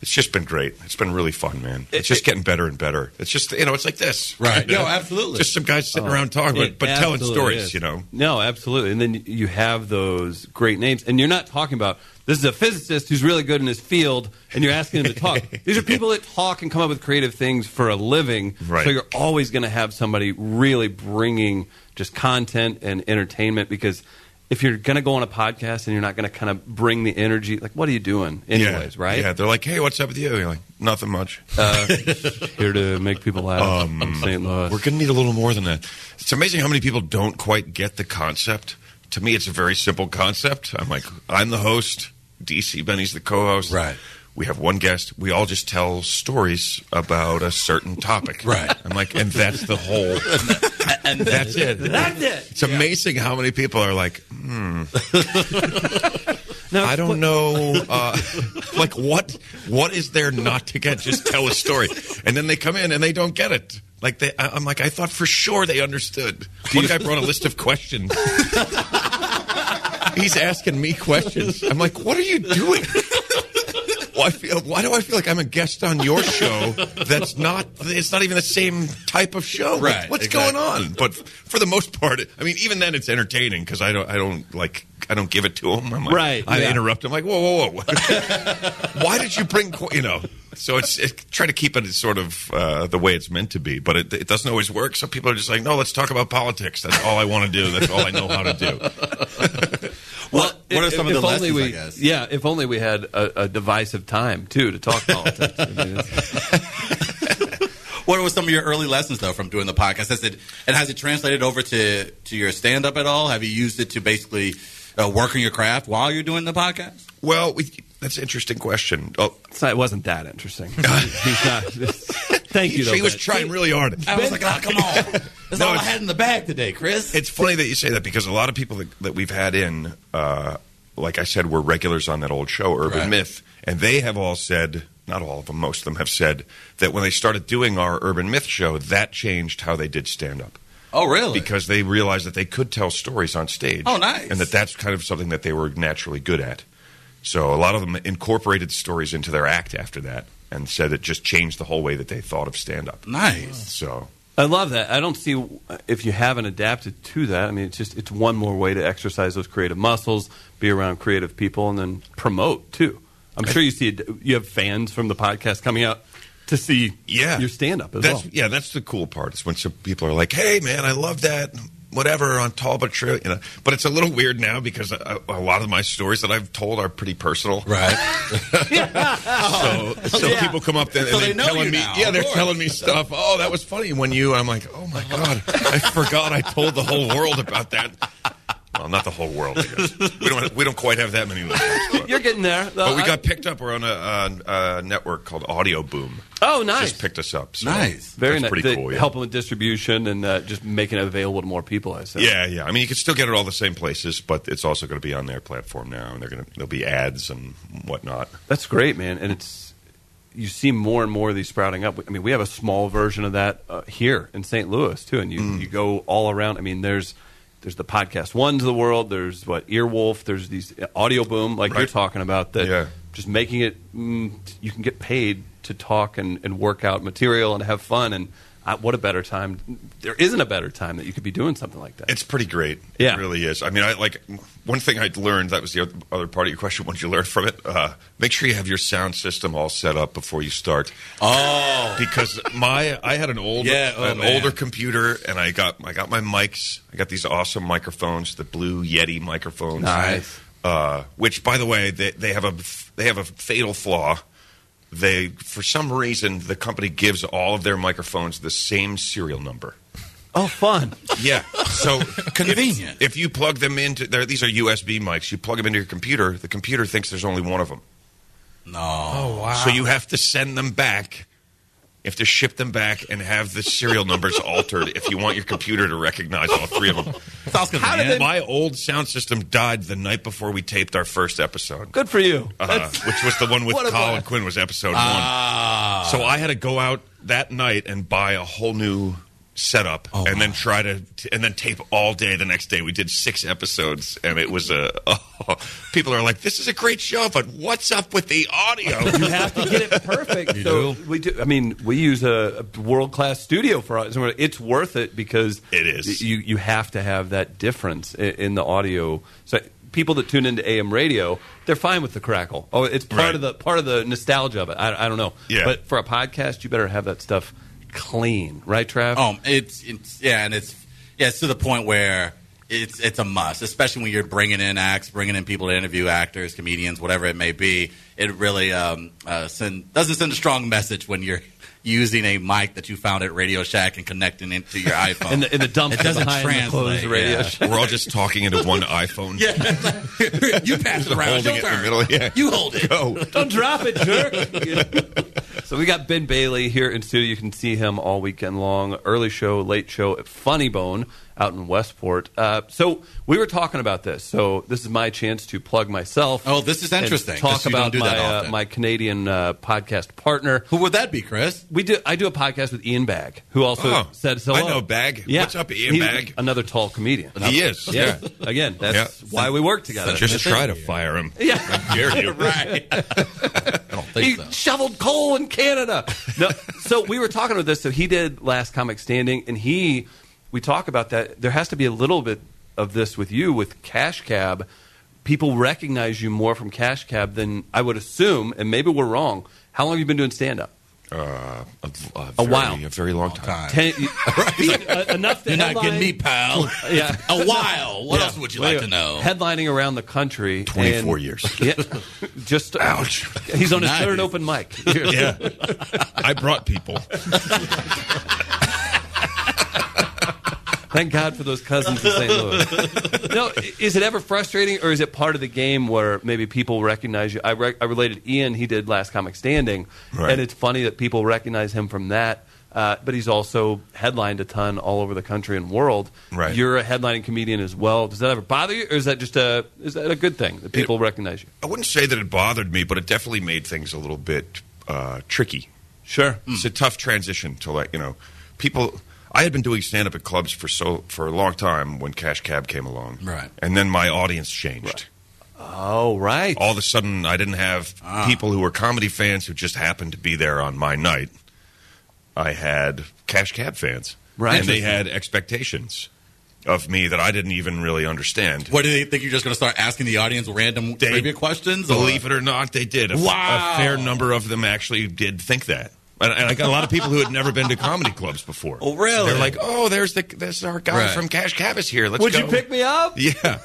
Speaker 8: it's just been great. It's been really fun, man. It's just getting better and better. It's just you know, it's like this,
Speaker 3: Right.
Speaker 8: You know?
Speaker 3: No, absolutely.
Speaker 8: Just some guys sitting around talking,
Speaker 4: Oh, It
Speaker 8: but, but telling
Speaker 4: absolutely
Speaker 8: stories,
Speaker 4: is.
Speaker 8: you know.
Speaker 4: No, absolutely. And then you have those great names, and you're not talking about this is a physicist who's really good in his field, and you're asking him to
Speaker 8: *laughs*
Speaker 4: talk. These are people that talk and come up with creative things for a living.
Speaker 8: Right.
Speaker 4: So you're always going to have somebody really bringing just content and entertainment because. If you're going to go on a podcast and you're not going to kind of bring the energy, like, what are you doing, anyways,
Speaker 8: yeah.
Speaker 4: right?
Speaker 8: Yeah, they're like, hey, what's up with you? You're like, nothing much.
Speaker 4: Here to make people laugh.
Speaker 8: Um,
Speaker 4: in St. Louis.
Speaker 8: We're going to need a little more than that. It's amazing how many people don't quite get the concept. To me, it's a very simple concept. I'm like, I'm the host. DC Benny's the co-host.
Speaker 3: Right.
Speaker 8: We have one guest. We all just tell stories about a certain
Speaker 3: *laughs*
Speaker 8: topic.
Speaker 3: Right.
Speaker 8: I'm like, and that's the whole.
Speaker 3: And, *laughs* and that's it.
Speaker 4: That's it.
Speaker 8: It's amazing how many people are like, hmm.
Speaker 3: *laughs*
Speaker 4: Now,
Speaker 8: I don't know, uh, *laughs* like what what is there not to get? Just tell a story, and then they come in and they don't get it. Like they, I- I'm like, I thought for sure they understood. One guy brought a list of questions. He's asking me questions. I'm like, what are you doing? *laughs* Why, feel, why do I feel like I'm a guest on your show? That's not. It's not even the same type of show. Like,
Speaker 3: Right,
Speaker 8: what's
Speaker 3: exactly.
Speaker 8: going on? But f- for the most part, I mean, even then, it's entertaining because I don't. I don't like. I don't give it to him. I'm like,
Speaker 3: Right,
Speaker 8: I
Speaker 3: yeah.
Speaker 8: interrupt. I'm like, whoa, whoa, whoa. *laughs* why did you bring? qu- You know. So it's it, try to keep it as sort of uh, the way it's meant to be, but it, it doesn't always work. So people are just like, no, let's talk about politics. That's all I want to do. That's all I know how to do.
Speaker 3: What, what are
Speaker 4: if-
Speaker 3: some
Speaker 4: if
Speaker 3: of the
Speaker 4: only
Speaker 3: lessons?
Speaker 4: we,
Speaker 3: I guess.
Speaker 4: Yeah, if only we had a, a divisive time too to
Speaker 8: *laughs*
Speaker 4: talk politics. I mean, it's-
Speaker 3: What were some of your early lessons though from doing the podcast? Has it and has it translated over to to your stand up at all? Have you used it to basically uh, work on your craft while you're doing the podcast?
Speaker 8: Well, we, that's an interesting question. Oh,
Speaker 4: it's not, it wasn't that
Speaker 8: *laughs*
Speaker 4: interesting. He's not. Thank you.
Speaker 8: she
Speaker 4: though,
Speaker 8: was
Speaker 4: Ben.
Speaker 8: trying really hard.
Speaker 3: I was like, oh, come on, that's
Speaker 8: *laughs* No,
Speaker 3: all I
Speaker 8: it's-
Speaker 3: had in the bag today, Chris.
Speaker 8: It's funny that you say that because a lot of people that, that we've had in, uh, like I said, were regulars on that old show, Urban
Speaker 3: Right.
Speaker 8: Myth, and they have all said, not all of them, most of them have said that when they started doing our Urban Myth show, that changed how they did stand up
Speaker 3: oh, really?
Speaker 8: because they realized that they could tell stories on stage.
Speaker 3: Oh, nice.
Speaker 8: And that that's kind of something that they were naturally good at. So a lot of them incorporated stories into their act after that and said it just changed the whole way that they thought of stand up.
Speaker 3: nice.
Speaker 8: So
Speaker 4: I love that. I don't see if you haven't adapted to that. I mean, it's just it's one more way to exercise those creative muscles, be around creative people, and then promote too. I'm sure you see you have fans from the podcast coming out to see
Speaker 8: yeah,
Speaker 4: your stand up as
Speaker 8: that's,
Speaker 4: well.
Speaker 8: Yeah, that's the cool part. Is when some people are like, "Hey, man, I love that." Whatever on tall but true, you know. But it's a little weird now because a, a lot of my stories that I've told are pretty personal. *laughs*
Speaker 3: Right.
Speaker 8: So, so
Speaker 3: Oh. Yeah.
Speaker 8: people come up then
Speaker 3: So
Speaker 8: and
Speaker 3: they
Speaker 8: they're
Speaker 3: know
Speaker 8: telling
Speaker 3: you
Speaker 8: me,
Speaker 3: now,
Speaker 8: yeah,
Speaker 3: of
Speaker 8: they're
Speaker 3: course.
Speaker 8: telling me stuff. Oh, that was funny when you. I'm like, oh my god, I forgot I told the whole world about that. Well, not the whole world. I guess. We don't we don't quite have that many. Listeners, but-
Speaker 4: You're uh, getting there.
Speaker 8: but we got picked up. We're on a, uh, a network called Audio Boom.
Speaker 4: Oh, nice.
Speaker 8: Just picked us up. So
Speaker 3: Nice.
Speaker 4: very
Speaker 8: that's
Speaker 4: nice.
Speaker 8: Pretty
Speaker 4: The-
Speaker 8: cool. Yeah.
Speaker 4: Helping with distribution and uh, just making it available to more people. I said.
Speaker 8: Yeah, yeah. I mean, you can still get it all the same places, but it's also going to be on their platform now, and they're going to there'll be ads and whatnot.
Speaker 4: That's great, man. And it's you see more and more of these sprouting up. I mean, we have a small version of that uh, here in St. Louis too. And you,
Speaker 8: Mm.
Speaker 4: you go all around. I mean, there's there's the podcast ones of the world. There's what Earwolf. There's these uh, audio boom like you're
Speaker 8: Right.
Speaker 4: talking about that.
Speaker 8: Yeah.
Speaker 4: Just making it mm, you can get paid to talk and, and work out material and have fun and. Uh, what a better time! There isn't a better time that you could be doing something like that.
Speaker 8: It's pretty great.
Speaker 4: Yeah.
Speaker 8: It really is. I mean, I like one thing I learned that was the oth- other part of your question. What did you learn from it? Uh, make sure you have your sound system all set up before you start.
Speaker 3: Oh,
Speaker 8: because my I had an old
Speaker 3: Yeah, oh,
Speaker 8: an
Speaker 3: man.
Speaker 8: older computer and I got I got my mics. I got these awesome microphones, the blue Yeti microphones.
Speaker 4: Nice.
Speaker 8: Uh, which by the way, they, they have a they have a fatal flaw. They for some reason the company gives all of their microphones the same serial number.
Speaker 4: oh, fun!
Speaker 8: Yeah. So
Speaker 3: Convenient.
Speaker 8: If, if you plug them into there, these are USB mics. You plug them into your computer. The computer thinks there's only one of them.
Speaker 3: no.
Speaker 5: Oh wow!
Speaker 8: So you have to send them back. You have to ship them back and have the serial
Speaker 3: *laughs*
Speaker 8: numbers altered if you want your computer to recognize all three of them.
Speaker 3: Sounds
Speaker 8: How did
Speaker 3: convenient.
Speaker 8: my old sound system died the night before we taped our first episode,
Speaker 4: Good for you.
Speaker 8: uh,
Speaker 4: That's-
Speaker 8: *laughs* which was the one with
Speaker 4: What a
Speaker 8: Colin
Speaker 4: blast.
Speaker 8: Quinn was episode
Speaker 3: Ah.
Speaker 8: one. So I had to go out that night and buy a whole new setup
Speaker 4: Oh,
Speaker 8: and then try to and then tape all day the next day we did six episodes and it was a *laughs* oh, people are like this is a great show but what's up with the audio
Speaker 4: *laughs* *laughs* You have to get it perfect. so we do. I mean, we use a, a world class studio for us. It's worth it because
Speaker 8: It is.
Speaker 4: You you have to have that difference in, in the audio. So people that tune into AM radio, they're fine with the crackle. Oh, it's part
Speaker 8: Right.
Speaker 4: of the part of the nostalgia of it. I, I don't know.
Speaker 8: Yeah.
Speaker 4: But for a podcast, you better have that stuff clean, right, Trav?
Speaker 3: Um, it's, it's yeah, and it's yeah, it's to the point where it's it's a must, especially when you're bringing in acts, bringing in people to interview actors, comedians, whatever it may be. It really um, uh, send, doesn't send a strong message when you're using a mic that you found at Radio Shack and connecting it to your iPhone.
Speaker 4: In the- in the dump
Speaker 3: it doesn't
Speaker 4: behind the
Speaker 3: translate.
Speaker 4: closed radio
Speaker 3: yeah.
Speaker 8: We're all just talking into one iPhone.
Speaker 3: Yeah. *laughs* you pass it around.
Speaker 8: Holding
Speaker 3: It's your
Speaker 8: it in the
Speaker 3: turn.
Speaker 8: middle. Yeah.
Speaker 3: You hold it.
Speaker 8: Go.
Speaker 4: Don't drop it, jerk. *laughs* So we got Ben Bailey here in studio. You can see him all weekend long. Early show, late show at Funny Bone out in Westport. Uh, so we were talking about this. So this is my chance to plug myself.
Speaker 3: Oh, this is
Speaker 4: and
Speaker 3: interesting, 'cause
Speaker 4: Talk
Speaker 3: you don't
Speaker 4: about
Speaker 3: do
Speaker 4: my
Speaker 3: that
Speaker 4: uh,
Speaker 3: often.
Speaker 4: my Canadian uh, podcast partner.
Speaker 3: Who would that be, Chris?
Speaker 4: We do. I do a podcast with Ian Bag, who also
Speaker 8: Oh,
Speaker 4: said so.
Speaker 8: I know Bag. What's up, Ian
Speaker 4: He's
Speaker 8: Bag?
Speaker 4: Another tall comedian.
Speaker 8: He is, yeah.
Speaker 4: Again, that's
Speaker 8: Yeah.
Speaker 4: why we work together.
Speaker 8: Just try to
Speaker 4: *laughs*
Speaker 8: fire him. Yeah. I dare you. right.
Speaker 3: I don't
Speaker 4: he
Speaker 3: think so.
Speaker 4: shoveled coal in Canada. *laughs* No, so we were talking about this. So he did Last Comic Standing, and he we talk about that. There has to be a little bit of this with you with Cash Cab. People recognize you more from Cash Cab than I would assume, and maybe we're wrong. How long have you been doing stand up?
Speaker 8: Uh, a, a,
Speaker 4: A
Speaker 8: very,
Speaker 4: while.
Speaker 8: A very long time.
Speaker 4: Ten,
Speaker 3: *laughs*
Speaker 4: *laughs* uh, enough. to
Speaker 3: You're not
Speaker 4: headline-
Speaker 3: getting
Speaker 4: *laughs*
Speaker 3: me, pal. *laughs*
Speaker 4: Yeah.
Speaker 3: A while. What
Speaker 4: Yeah.
Speaker 3: else would you like to know?
Speaker 4: Headlining around the country.
Speaker 8: 24
Speaker 4: and-
Speaker 8: years.
Speaker 4: Yeah, just
Speaker 8: Ouch.
Speaker 4: He's on his
Speaker 3: Nice.
Speaker 4: third open mic. *laughs*
Speaker 8: Yeah. I brought people.
Speaker 4: Thank God for those cousins in St. Louis. no, i- is it ever frustrating, or is it part of the game where maybe people recognize you? I, re- I related Ian; he did Last Comic Standing,
Speaker 8: Right.
Speaker 4: and it's funny that people recognize him from that. Uh, but he's also headlined a ton all over the country and world.
Speaker 8: Right.
Speaker 4: You're a headlining comedian as well. Does that ever bother you, or is that just a is that a good thing that people recognize you?
Speaker 8: I wouldn't say that it bothered me, but it definitely made things a little bit uh, tricky.
Speaker 4: Sure. Hmm.
Speaker 8: It's a tough transition to like you know, people. I had been doing stand up at clubs for so for a long time when Cash Cab came along,
Speaker 3: Right.
Speaker 8: And then my audience changed.
Speaker 4: Oh, right.
Speaker 8: All of a sudden, I didn't have
Speaker 4: Ah.
Speaker 8: people who were comedy fans who just happened to be there on my night. I had Cash Cab fans,
Speaker 4: Right.
Speaker 8: And they had expectations of me that I didn't even really understand.
Speaker 3: What do they think? You're just going to start asking the audience random
Speaker 8: They-
Speaker 3: trivia questions? or-
Speaker 8: Believe it or not, they did. A,
Speaker 3: Wow.
Speaker 8: a fair number of them actually did think that. And, and I got a lot of people who had never been to comedy clubs before.
Speaker 3: Oh, really?
Speaker 8: They're like, oh, there's the there's our guy
Speaker 3: Right.
Speaker 8: from Cash Cab is here. Let's
Speaker 4: Would
Speaker 8: go.
Speaker 4: you pick me up?
Speaker 8: *laughs* Yeah.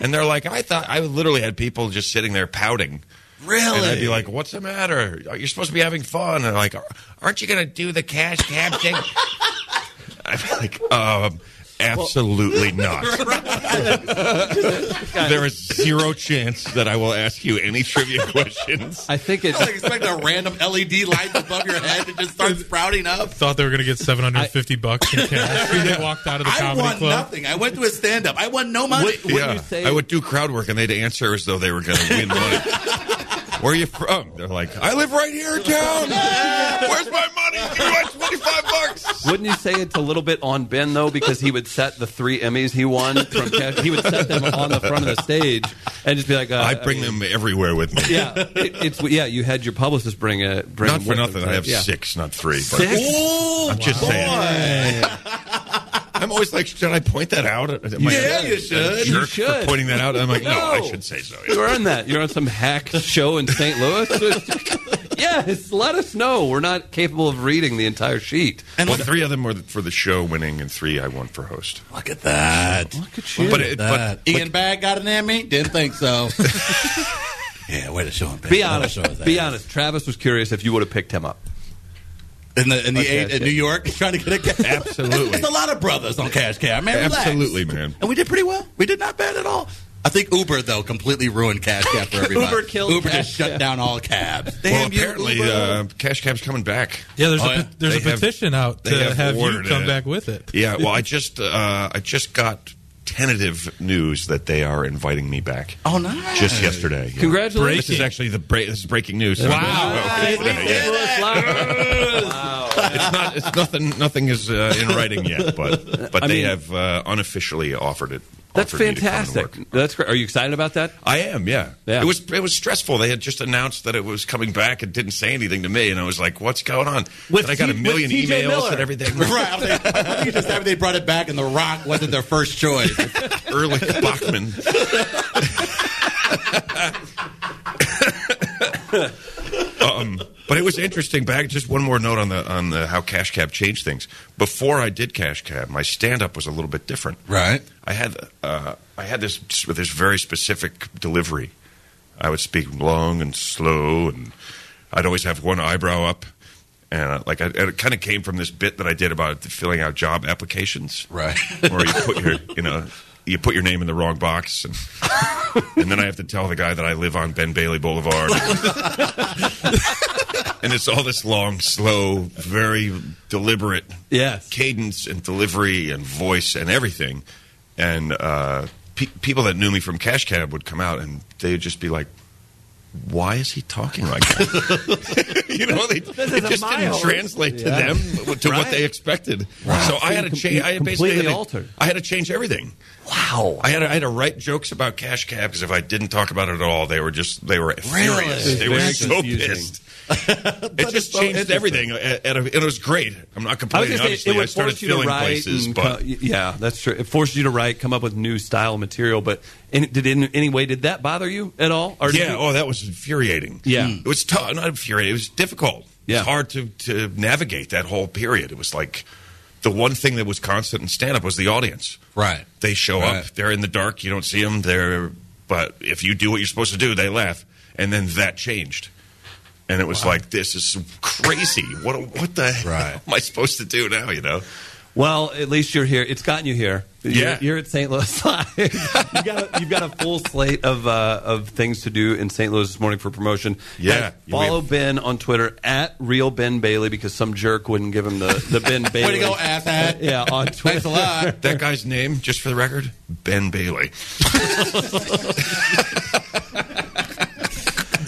Speaker 8: and they're like, I thought I literally had people just sitting there pouting.
Speaker 3: Really?
Speaker 8: And I'd be like, "What's the matter? You're supposed to be having fun." And like, "Aren't you going to do the cash cab thing?" *laughs* I'm like, um,
Speaker 3: *laughs*
Speaker 8: "Absolutely not. there is zero chance that I will ask you
Speaker 4: *laughs*
Speaker 8: any trivia questions."
Speaker 4: I think it.
Speaker 3: I like expect a random LED light above your head that just starts sprouting up.
Speaker 5: Thought they were going to
Speaker 3: *laughs*
Speaker 5: get 750 bucks in cash. They walked out of the
Speaker 3: I
Speaker 5: comedy
Speaker 3: won
Speaker 5: club.
Speaker 3: nothing. I went to a stand up. I won no money.
Speaker 4: What- what- Wouldn't you say-
Speaker 8: I would do crowd work, and they'd answer as though they were going to
Speaker 4: *laughs*
Speaker 8: win money. Where are you from? They're like, I live right here in town. Where's my money? Give me my twenty-five bucks.
Speaker 4: Wouldn't you say it's a little bit on Ben though, because he would set the three Emmys he won from Cash. He would set them on the front of the stage and just be like, uh,
Speaker 8: I bring them everywhere with me.
Speaker 4: Yeah, it, it's yeah. You had your publicist bring a *laughs* bring.
Speaker 8: Not
Speaker 4: them
Speaker 8: for
Speaker 4: with
Speaker 8: nothing.
Speaker 4: them,
Speaker 8: I have
Speaker 4: yeah. *laughs*
Speaker 8: six, not three. But
Speaker 4: Six?
Speaker 8: I'm just saying. I'm always like, should I point that out? Am I
Speaker 3: Yeah,
Speaker 8: a
Speaker 3: you should.
Speaker 8: jerk
Speaker 4: You
Speaker 8: for
Speaker 4: should.
Speaker 8: pointing that out. I'm like, no,
Speaker 4: No.
Speaker 8: I should say so.
Speaker 4: You earned that. You're on some hack show in St. Louis. *laughs* yes, let us know. We're not capable of reading the entire sheet.
Speaker 8: And well, three of them were for the show winning, and three I won for host.
Speaker 3: Look at that. Look at you.
Speaker 8: But it-
Speaker 3: that.
Speaker 8: but-
Speaker 3: Ian Bag got an Emmy? Didn't think so. yeah, way to show him. Ben.
Speaker 4: Be
Speaker 3: Way to
Speaker 4: honest.
Speaker 3: show his
Speaker 4: Be
Speaker 3: ass.
Speaker 4: honest. Travis was curious if you would have picked him up.
Speaker 3: In the in the
Speaker 4: Okay,
Speaker 3: eight in
Speaker 4: okay.
Speaker 3: New York, *laughs* trying to get a cash.
Speaker 8: Absolutely.
Speaker 3: It's a lot of brothers on cash cab, man. Relax.
Speaker 8: Absolutely, man.
Speaker 3: And we did pretty well. We did not bad at all. I think Uber though completely ruined cash cab for everybody.
Speaker 4: *laughs* Uber killed
Speaker 3: Uber
Speaker 4: Cash
Speaker 3: just shut
Speaker 4: Cab.
Speaker 3: down all cabs. Damn
Speaker 8: well,
Speaker 3: you,
Speaker 8: apparently,
Speaker 3: Uber.
Speaker 8: uh, Cash Cab's coming back.
Speaker 5: Yeah, there's
Speaker 3: Oh,
Speaker 5: a
Speaker 3: yeah.
Speaker 5: there's a
Speaker 8: They have-
Speaker 5: petition out
Speaker 8: they
Speaker 5: to
Speaker 8: have
Speaker 5: have, you
Speaker 8: ordered
Speaker 5: come
Speaker 8: it.
Speaker 5: back with it.
Speaker 8: Yeah. Well, I just uh, I just got tentative news that they are inviting me back.
Speaker 3: oh nice.
Speaker 8: Just yesterday. yeah.
Speaker 4: Congratulations.
Speaker 8: This is actually the break. This is breaking news.
Speaker 3: Wow.
Speaker 8: Yeah. it's not. It's nothing. Nothing is uh, in writing yet, but but
Speaker 4: I
Speaker 8: they
Speaker 4: mean-
Speaker 8: have uh, unofficially offered it.
Speaker 4: That's
Speaker 8: offered me to come to
Speaker 4: fantastic.
Speaker 8: work.
Speaker 4: That's great. Are you excited about that?
Speaker 8: I am. Yeah.
Speaker 4: Yeah.
Speaker 8: It was it was stressful. They had just announced that it was coming back and didn't say anything to me, and I was like, "What's going on?"
Speaker 4: With
Speaker 8: and I got
Speaker 4: T-
Speaker 8: a
Speaker 4: with
Speaker 8: million
Speaker 4: TJ
Speaker 8: emails
Speaker 4: Miller. *laughs*
Speaker 8: and everything.
Speaker 3: *laughs* Right, I was like, I think it's just that they brought it back, and The Rock wasn't their first choice.
Speaker 8: Ehrlich Bachman. um, but it was interesting. Back just one more note on the on the how Cash Cab changed things. Before I did Cash Cab, my stand up was a little bit different.
Speaker 3: Right.
Speaker 8: I had uh, I had this this very specific delivery. I would speak long and slow, and I'd always have one eyebrow up, and uh, like I, and it kind of came from this bit that I did about filling out job applications,
Speaker 3: Right.
Speaker 8: *laughs* Or you put your you know you put your name in the wrong box, and, and then I have to tell the guy that I live on Ben Bailey Boulevard. and it's all this long, slow, very deliberate
Speaker 4: Yes.
Speaker 8: cadence and delivery and voice and everything. And uh, pe- people that knew me from Cash Cab would come out and they'd just be like, why is he talking like that? *laughs* you know, they, it
Speaker 4: a
Speaker 8: just didn't
Speaker 4: mild-
Speaker 8: translate to them to what they expected. So I had to change. I had basically
Speaker 4: Completely
Speaker 8: had to-
Speaker 4: altered.
Speaker 8: I had to change everything. Wow! I had to, I had to write jokes about cash cab because if I didn't talk about it at all, they were just they were furious. They were
Speaker 4: Very
Speaker 8: so
Speaker 4: confusing. *laughs*
Speaker 8: pissed. it just
Speaker 4: it's so
Speaker 8: changed
Speaker 4: interesting.
Speaker 8: everything, uh, at, at a, and it was great. I'm not
Speaker 4: I was
Speaker 8: complaining.
Speaker 4: gonna say,
Speaker 8: Obviously,
Speaker 4: it would
Speaker 8: I started
Speaker 4: force you to
Speaker 8: filling
Speaker 4: write.
Speaker 8: places,
Speaker 4: and
Speaker 8: but
Speaker 4: co- yeah, that's true. It forced you to write, come up with new style material. But in, did in any way did that bother you at all? Or did
Speaker 8: yeah,
Speaker 4: you-
Speaker 8: oh, that was infuriating.
Speaker 4: Yeah.
Speaker 8: it was tough. Not infuriating. It was difficult. It
Speaker 4: Yeah.
Speaker 8: was hard to to navigate that whole period. It was like the one thing that was constant in stand up was the audience.
Speaker 3: Right.
Speaker 8: They show
Speaker 3: Right.
Speaker 8: up. They're in the dark. You don't see them. They're but if you do what you're supposed to do, they laugh. And then that changed. And it was like this is crazy. What what the hell
Speaker 3: Right.
Speaker 8: am I supposed to do now? You know.
Speaker 4: Well, at least you're here. It's gotten you here. You're-
Speaker 8: Yeah.
Speaker 4: you're, at St. Louis *laughs* Live. you got a, you've got a full slate of uh, of things to do in St. Louis this morning for promotion.
Speaker 8: Yeah.
Speaker 4: Guys, follow Ben on Twitter at real Ben Bailey because some jerk wouldn't give him the the Ben Bailey.
Speaker 3: Way to go, asshat.
Speaker 4: Yeah, on Twitter. *laughs*
Speaker 3: Thanks a lot.
Speaker 8: That guy's name, just for the record, Ben Bailey.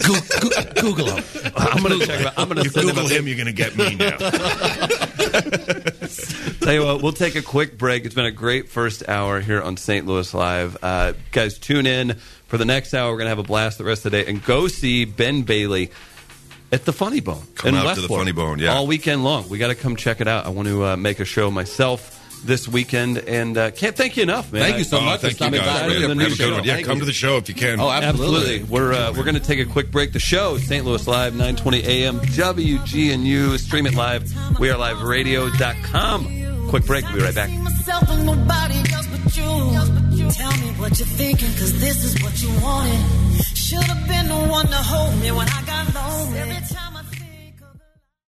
Speaker 3: Goo- goo- Google him.
Speaker 4: I'm gonna check. Him out. I'm gonna *laughs*
Speaker 8: You
Speaker 4: send him a
Speaker 8: Google him, you're going to get
Speaker 4: *laughs*
Speaker 8: me now.
Speaker 4: Tell you what, we'll take a quick break. It's been a great first hour here on St. Louis Live. Uh, guys, tune in for the next hour. We're going to have a blast the rest of the day. And go see Ben Bailey at the Funny Bone.
Speaker 8: Come
Speaker 4: in
Speaker 8: out to the
Speaker 4: Westport.
Speaker 8: Funny Bone, yeah.
Speaker 4: All weekend long. we got to come check it out. I want to uh, make a show myself this weekend. And uh, can't thank you enough, man.
Speaker 3: Thank you
Speaker 4: I-
Speaker 3: so much for
Speaker 8: Oh, thank
Speaker 3: stopping
Speaker 8: you guys.
Speaker 3: by. I
Speaker 4: Have
Speaker 8: man.
Speaker 3: really
Speaker 4: a
Speaker 8: Have a
Speaker 3: appreciate
Speaker 8: good
Speaker 3: it.
Speaker 8: one. Yeah,
Speaker 3: Thank
Speaker 8: come
Speaker 3: you.
Speaker 8: to the show if you can.
Speaker 3: Oh,
Speaker 4: Absolutely.
Speaker 3: absolutely.
Speaker 4: We're uh, we're going to take a quick break. The show, St. Louis Live, 920 a.m. WGNU. Stream it live. We are liveradio.com. Quick break. We'll be right back.
Speaker 9: See myself and nobody else but you. Tell me what you're thinking, cause this is what you wanted. Should have been.